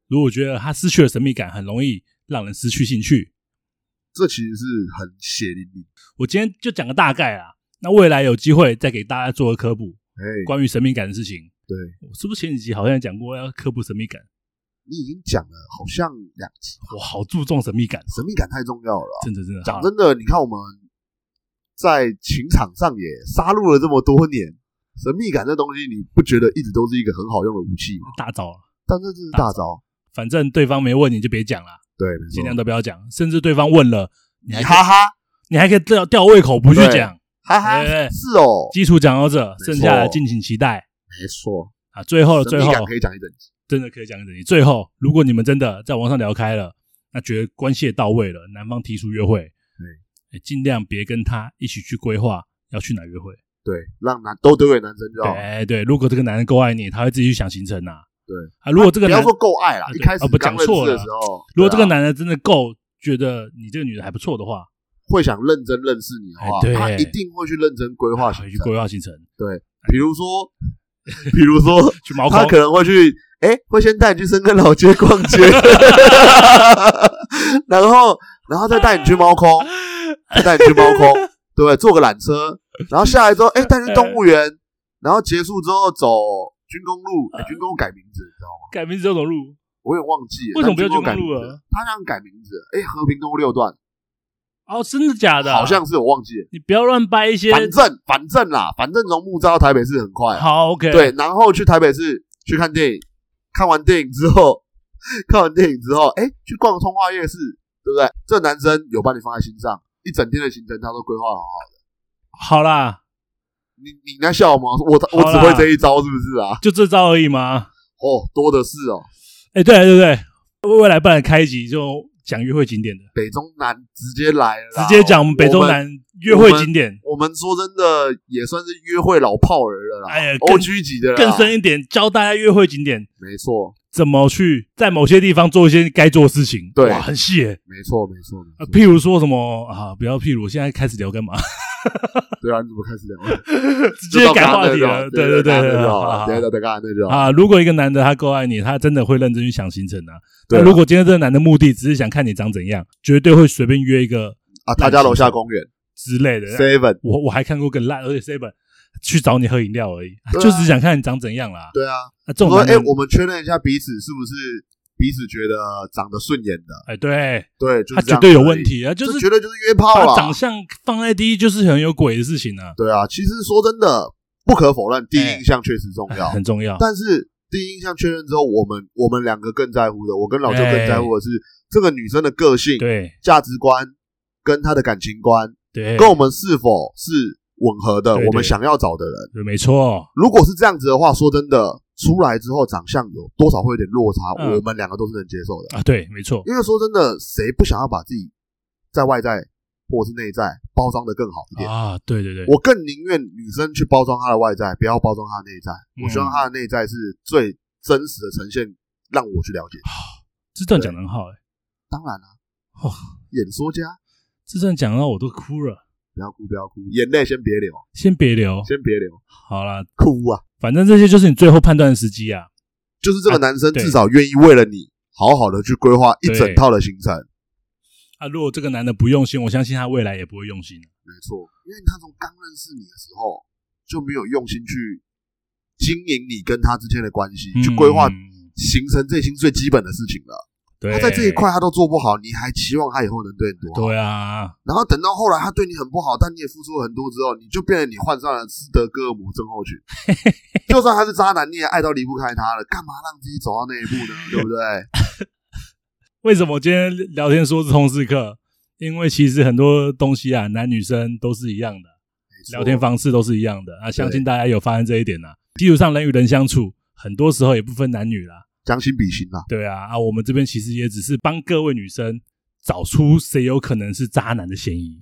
S1: 如果觉得他失去了神秘感，很容易让人失去兴趣。
S2: 这其实是很血淋淋。
S1: 我今天就讲个大概啊，那未来有机会再给大家做个科普
S2: 哎、
S1: 关于神秘感的事情。
S2: 对
S1: 我是不是前几集好像也讲过要科普神秘感？
S2: 你已经讲了，好像两集，
S1: 我好注重神秘感，
S2: 神秘感太重要了啊、
S1: 真的真的。
S2: 讲
S1: 好
S2: 真的，你看我们在情场上也杀戮了这么多年，神秘感这东西，你不觉得一直都是一个很好用的武器吗？
S1: 大招了，啊
S2: 但这真是大招，
S1: 反正对方没问你就别讲了，
S2: 对，没错
S1: 尽量都不要讲。甚至对方问了，你还
S2: 你哈哈
S1: 你还可以吊吊胃口不去
S2: 对
S1: 讲。
S2: 哈哈，
S1: 哎
S2: 是哦，
S1: 基础讲到这，
S2: 错
S1: 剩下的敬请期待
S2: 没错，
S1: 啊！最后的最
S2: 神
S1: 后
S2: 秘，感可以讲一整集，
S1: 真的可以讲给你。最后，如果你们真的在网上聊开了，那觉得关系也到位了，男方提出约会，对，尽量别跟他一起去规划要去哪约会。
S2: 对，让男都丢给男生就好了，
S1: 对对，如果这个男人够爱你，他会自己去想行程呐、啊。
S2: 对
S1: 啊，如果这个
S2: 不
S1: 男
S2: 要，说够爱啦
S1: 啊，
S2: 一
S1: 对
S2: 开始
S1: 啊不
S2: 刚
S1: 讲
S2: 认
S1: 错
S2: 识
S1: 了
S2: 的时候，
S1: 如果这个
S2: 对啊
S1: 男人真的够觉得你这个女人还不错的话，
S2: 会想认真认识你的话
S1: 哎，对哎
S2: 他一定会去认真规划行
S1: 会去
S2: 程，
S1: 规划行程，
S2: 比 如说，比如说。
S1: 去毛
S2: 他
S1: 孔
S2: 可能会去，哎、会先带你去深坑老街逛 街，然后，然后再带你去猫空，再带你去猫空，对不对？坐个缆车，然后下来之后，哎、带你去动物园，然后结束之后走军工路，诶军工路改名字，你知道吗？
S1: 改名字这种路，
S2: 我也忘记了
S1: 为什么不要
S2: 但军工改
S1: 军工路啊
S2: 名字
S1: 了？
S2: 他想改名字，哎、和平东路六段，
S1: 哦，真的假的啊？
S2: 好像是我忘记了。
S1: 你不要乱掰一些。
S2: 反正反正啦，反正从木栅到台北市很快、啊，
S1: 好，OK，
S2: 对，然后去台北市去看电影，看完电影之后， 看完电影之后，哎，去逛通化夜市，对不对？这男生有把你放在心上，一整天的行程他都规划好好。
S1: 好啦，
S2: 你你在笑吗？我我只
S1: 好啦
S2: 会这一招，是不是啊？
S1: 就这招而已嘛。
S2: 哦，多的是哦，
S1: 哎、对对对，未未来不然开一集就讲约会景点的，
S2: 北中南直接来了啦，哦
S1: 直接讲我们北中南约会景点，
S2: 我们。我们说真的，也算是约会老炮儿了啦，
S1: 哎呀更
S2: o G 级的啦，
S1: 更深一点，教大家约会景点
S2: 没错，
S1: 怎么去在某些地方做一些该做的事情。
S2: 对
S1: 哇，很细耶、
S2: 没错，没错，没
S1: 呃
S2: 错
S1: 譬如说什么啊，不要譬如，我现在开始聊干嘛？
S2: 对啊，你怎么开始聊了？
S1: 直接改话题了。对对
S2: 对
S1: 对对，好好
S2: 对，
S1: 好
S2: 对对对，刚才那就好。
S1: 啊，如果一个男的他够爱你，他真的会认真去想行程啊。
S2: 对啊
S1: 但如果今天这个男的目的只是想看你长怎样，绝对会随便约一个
S2: 啊，他家楼下公园
S1: 之类的。
S2: Seven，
S1: 我我还看过更烂，而且 seven 去找你喝饮料而已，
S2: 对啊
S1: 就只想看你长怎样啦。
S2: 对啊，
S1: 那这
S2: 我
S1: 种
S2: 说
S1: 男
S2: 哎、诶
S1: 人，
S2: 我们确认一下彼此是不是彼此觉得长得顺眼的，
S1: 哎，对
S2: 对，就是
S1: 他
S2: 这
S1: 绝
S2: 样
S1: 对有
S2: 而已
S1: 问，题啊，就
S2: 这
S1: 是
S2: 绝对就是约炮
S1: 把长
S2: 啦。
S1: 相放在第一，就是很有鬼的事情啊，
S2: 对啊，其实说真的，不可否认，第一印象确实重要，
S1: 哎很重要。
S2: 啊但是第一印象确认之后，我们我们两个更在乎的，我跟老舅
S1: 哎
S2: 更在乎的是、这个女生的个性、
S1: 对
S2: 价值观跟她的感情观，
S1: 对，
S2: 跟我们是否是吻合的，
S1: 对对
S2: 我们想要找的人。
S1: 对，没错，
S2: 如果是这样子的话，说真的，出来之后长相有多少会有点落差，
S1: 嗯
S2: 我们两个都是能接受的。
S1: 啊，对，没错，
S2: 因为说真的，谁不想要把自己在外在或是内在包装的更好一点？
S1: 啊，对对对，
S2: 我更宁愿女生去包装她的外在，不要包装她的内在。
S1: 嗯
S2: 我希望她的内在是最真实的呈现，让我去了解。
S1: 这段讲的很好，哎，
S2: 当然啦、
S1: 哦
S2: 演说家
S1: 这段讲到我都哭了，
S2: 不要哭，不要哭，眼泪先别流，
S1: 先别流，
S2: 先别流，
S1: 好啦，
S2: 哭啊！
S1: 反正这些就是你最后判断的时机啊。
S2: 就是这个男生
S1: 对
S2: 至少愿意为了你好好的去规划一整
S1: 对
S2: 套的行程。
S1: 啊，如果这个男的不用心，我相信他未来也不会用心。啊
S2: 没错，因为他从刚认识你的时候就没有用心去经营你跟他之间的关系，去规划
S1: 嗯
S2: 形成这些最基本的事情了。
S1: 对，
S2: 他在这一块他都做不好，你还期望他以后能对你多好？
S1: 对啊，
S2: 然后等到后来他对你很不好，但你也付出了很多之后，你就变成你患上了斯德哥尔摩症 候群。就算他是渣男，你也爱到离不开他了，干嘛让自己走到那一步呢？对不对？
S1: 为什么今天聊天说是通识课？因为其实很多东西啊，男女生都是一样的， 聊天方式都是一样的啊。相信大家有发现这一点呐、啊。基础上人与人相处，很多时候也不分男女啦。
S2: 将心比心啦、
S1: 对啊，啊，我们这边其实也只是帮各位女生找出谁有可能是渣男的嫌疑，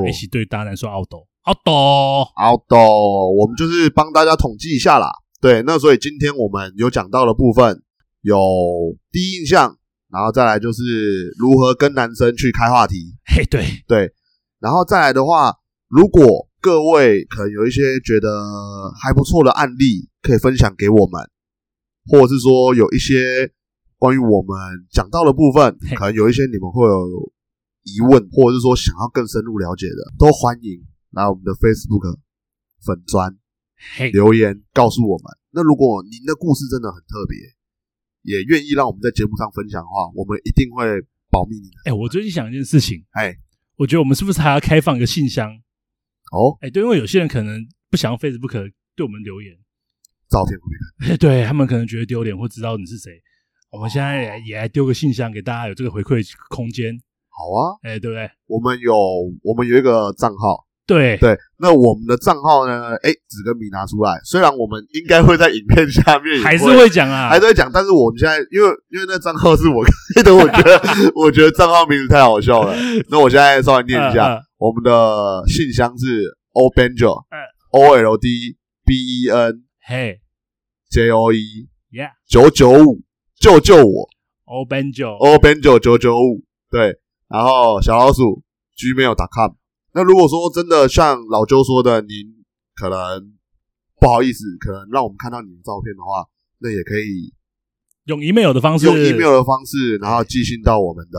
S2: 没
S1: 一起对渣男说奥斗，奥斗，
S2: 好的，我们就是帮大家统计一下啦。对，那所以今天我们有讲到的部分有第一印象，然后再来就是如何跟男生去开话题，
S1: 嘿，对，
S2: 对，然后再来的话，如果各位可能有一些觉得还不错的案例可以分享给我们，或者是说有一些关于我们讲到的部分
S1: 嘿，
S2: 可能有一些你们会有疑问，或者是说想要更深入了解的，都欢迎来我们的 Facebook 粉砖
S1: 嘿，
S2: 留言告诉我们。那如果您的故事真的很特别，也愿意让我们在节目上分享的话，我们一定会保密你的。
S1: 哎，我最近想一件事情，
S2: 哎，
S1: 我觉得我们是不是还要开放一个信箱？
S2: 哦，
S1: 哎，对，因为有些人可能不想用 Facebook 对我们留言，
S2: 照片会不会
S1: 哎，对他们可能觉得丢脸或知道你是谁。我们现在也也来丢个信箱给大家，有这个回馈空间，
S2: 好啊？
S1: 哎，对不对？
S2: 我们有我们有一个账号，
S1: 对，
S2: 对，那我们的账号呢？哎，只跟米拿出来。虽然我们应该会在影片下面也
S1: 还是
S2: 会
S1: 会讲啊，
S2: 还是会讲，但是我们现在因为因为那账号是我开的，我觉得 我觉得账号名字太好笑了。那我现在稍微念一下，
S1: 嗯嗯
S2: 我们的信箱是 o benjo
S1: 嗯
S2: o l d b e n
S1: 嘿
S2: j o e
S1: ，Yeah，
S2: 九九五，救救我
S1: o b e n j o
S2: o benjo 九九五，对，然后小老鼠 gmail.com。那如果说真的像老周说的，您可能不好意思，可能让我们看到你的照片的话，那也可以
S1: 用 email 的方式，
S2: 用 email 的方式，然后寄信到我们的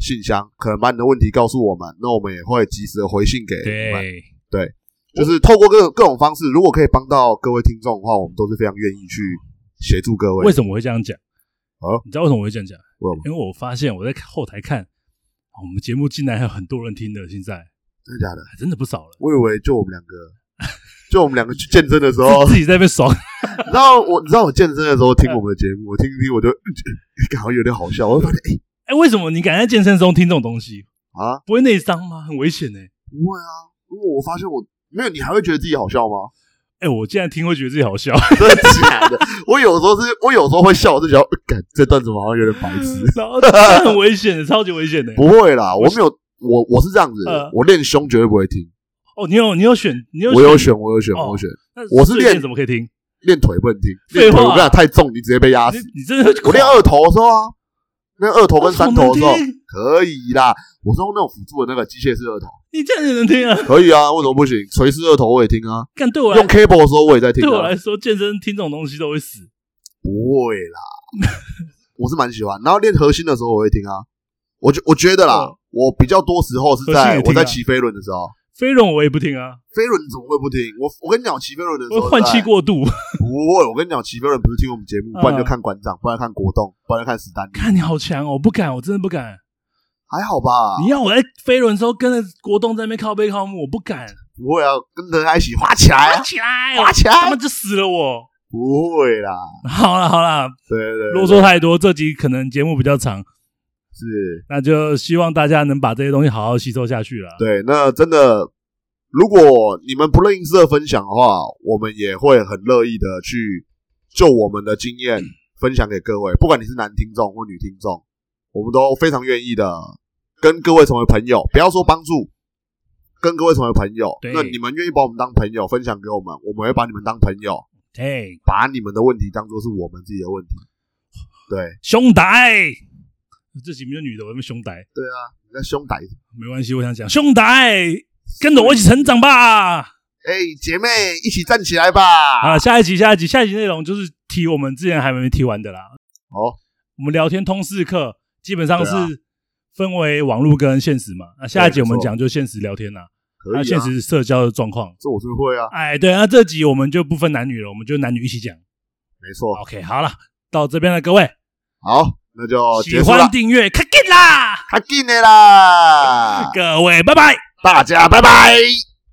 S2: 信箱，可能把你的问题告诉我们，那我们也会及时的回信给你们。
S1: 对，
S2: 就是透过各各种方式，如果可以帮到各位听众的话，我们都是非常愿意去协助各位。
S1: 为什么我会这样讲？
S2: 哦
S1: 你知道为什么我会这样讲？
S2: 为什么？
S1: 因为我发现我在后台看，我们节目竟然还有很多人听的，现在
S2: 真的假的？
S1: 还真的不少了。
S2: 我以为就我们两个， 就我们两个去健身的时候
S1: 自，己在那边爽，
S2: 你知道我，你知道我健身的时候听我们的节目，我听一听我就 感觉有点好笑，我就发现
S1: 哎，
S2: 哎、
S1: 为什么你敢在健身中听这种东西？
S2: 啊，
S1: 不会内伤吗？很危险呢。欸
S2: 不会啊，如果我发现我没有，你还会觉得自己好笑 吗？
S1: 哎，我竟然听会觉得自己好 笑，
S2: 真的假的？我有时候是，我有时候会笑，我就觉得，呃干这段怎么好像有点白痴？
S1: 然后这很危险的，欸超级危险的。
S2: 不会啦，我没有，我我是这样子
S1: 呃，
S2: 我练胸绝对不会听，
S1: 哦，你有你有选，你有
S2: 我有选，我有选，
S1: 哦
S2: 我有选，
S1: 那
S2: 我是
S1: 最
S2: 练
S1: 近怎么可以听？
S2: 练腿不能听，
S1: 废
S2: 练腿
S1: 话
S2: 我跟你讲太重，你直接被压死。
S1: 你你真的
S2: 啊我练二头的时候啊，练二头跟三头的时候
S1: 好难听
S2: 可以啦，我是用那种辅助的那个机械式二头。
S1: 你这样也能听啊？
S2: 可以啊，为什么不行？垂式二头我也听啊，
S1: 干对我来
S2: 用 cable 的时候我也在听、
S1: 对我
S2: 啊
S1: 来。说，健身听这种东西都会死。
S2: 不会啦，我是蛮喜欢。然后练核心的时候我会听啊，我觉我觉得啦
S1: 嗯，
S2: 我比较多时候是
S1: 核心
S2: 在
S1: 也听啊
S2: 我在骑飞轮的时候，
S1: 飞轮我也不听啊，
S2: 飞轮怎么会不听？我我跟你讲，我骑飞轮的时
S1: 我
S2: 候
S1: 会换气
S2: 气。
S1: 过度。
S2: 不会，我跟你讲，骑飞轮不是听我们节目，
S1: 嗯
S2: 不然就看馆长，不然看国栋，不然就看史丹利，
S1: 看你好强哦，我不敢，我真的不敢。
S2: 还好吧？
S1: 你要我在飞轮的时候跟着国栋在那边靠背靠木，我不敢，
S2: 不会啊，跟着他一起滑起来
S1: 爬
S2: 啊，
S1: 起来，哦
S2: 滑起
S1: 他
S2: 来
S1: 们，就死了我。
S2: 不会啦，
S1: 好啦好啦，
S2: 对对对，
S1: 啰嗦太多，这集可能节目比较长，
S2: 是
S1: 那就希望大家能把这些东西好好吸收下去了。
S2: 对，那真的，如果你们不吝啬分享的话，我们也会很乐意的去就我们的经验分享给各位，不管你是男听众或女听众，我们都非常愿意的跟各位成为朋友，不要说帮助。跟各位成为朋友，
S1: 对
S2: 那你们愿意把我们当朋友，分享给我们，我们会把你们当朋友，
S1: 嘿，
S2: 把你们的问题当做是我们自己的问题。对，
S1: 兄弟，这集没有女的，我们兄弟
S2: 那兄弟，
S1: 没关系，我想讲兄弟，跟着我一起成长吧。
S2: 哎、姐妹，一起站起来吧！
S1: 好了，下一集，下一集，下一集内容就是提我们之前还没提完的啦。
S2: 好，
S1: 我们聊天通识课基本上
S2: 对啊
S1: 是分为网络跟现实嘛。那下一集
S2: 对
S1: 我
S2: 没错
S1: 们讲就现实聊天啦，
S2: 可以
S1: 那
S2: 啊，
S1: 现实社交的状况。
S2: 这我是会啊，
S1: 哎，对，那这集我们就不分男女了，我们就男女一起讲。
S2: 没错。
S1: OK，好了，到这边了，各位，
S2: 好，那就
S1: 喜
S2: 哦结束了
S1: 欢，订阅，看见啦，
S2: 他进来啦，
S1: 各位，拜拜。
S2: 大家拜拜。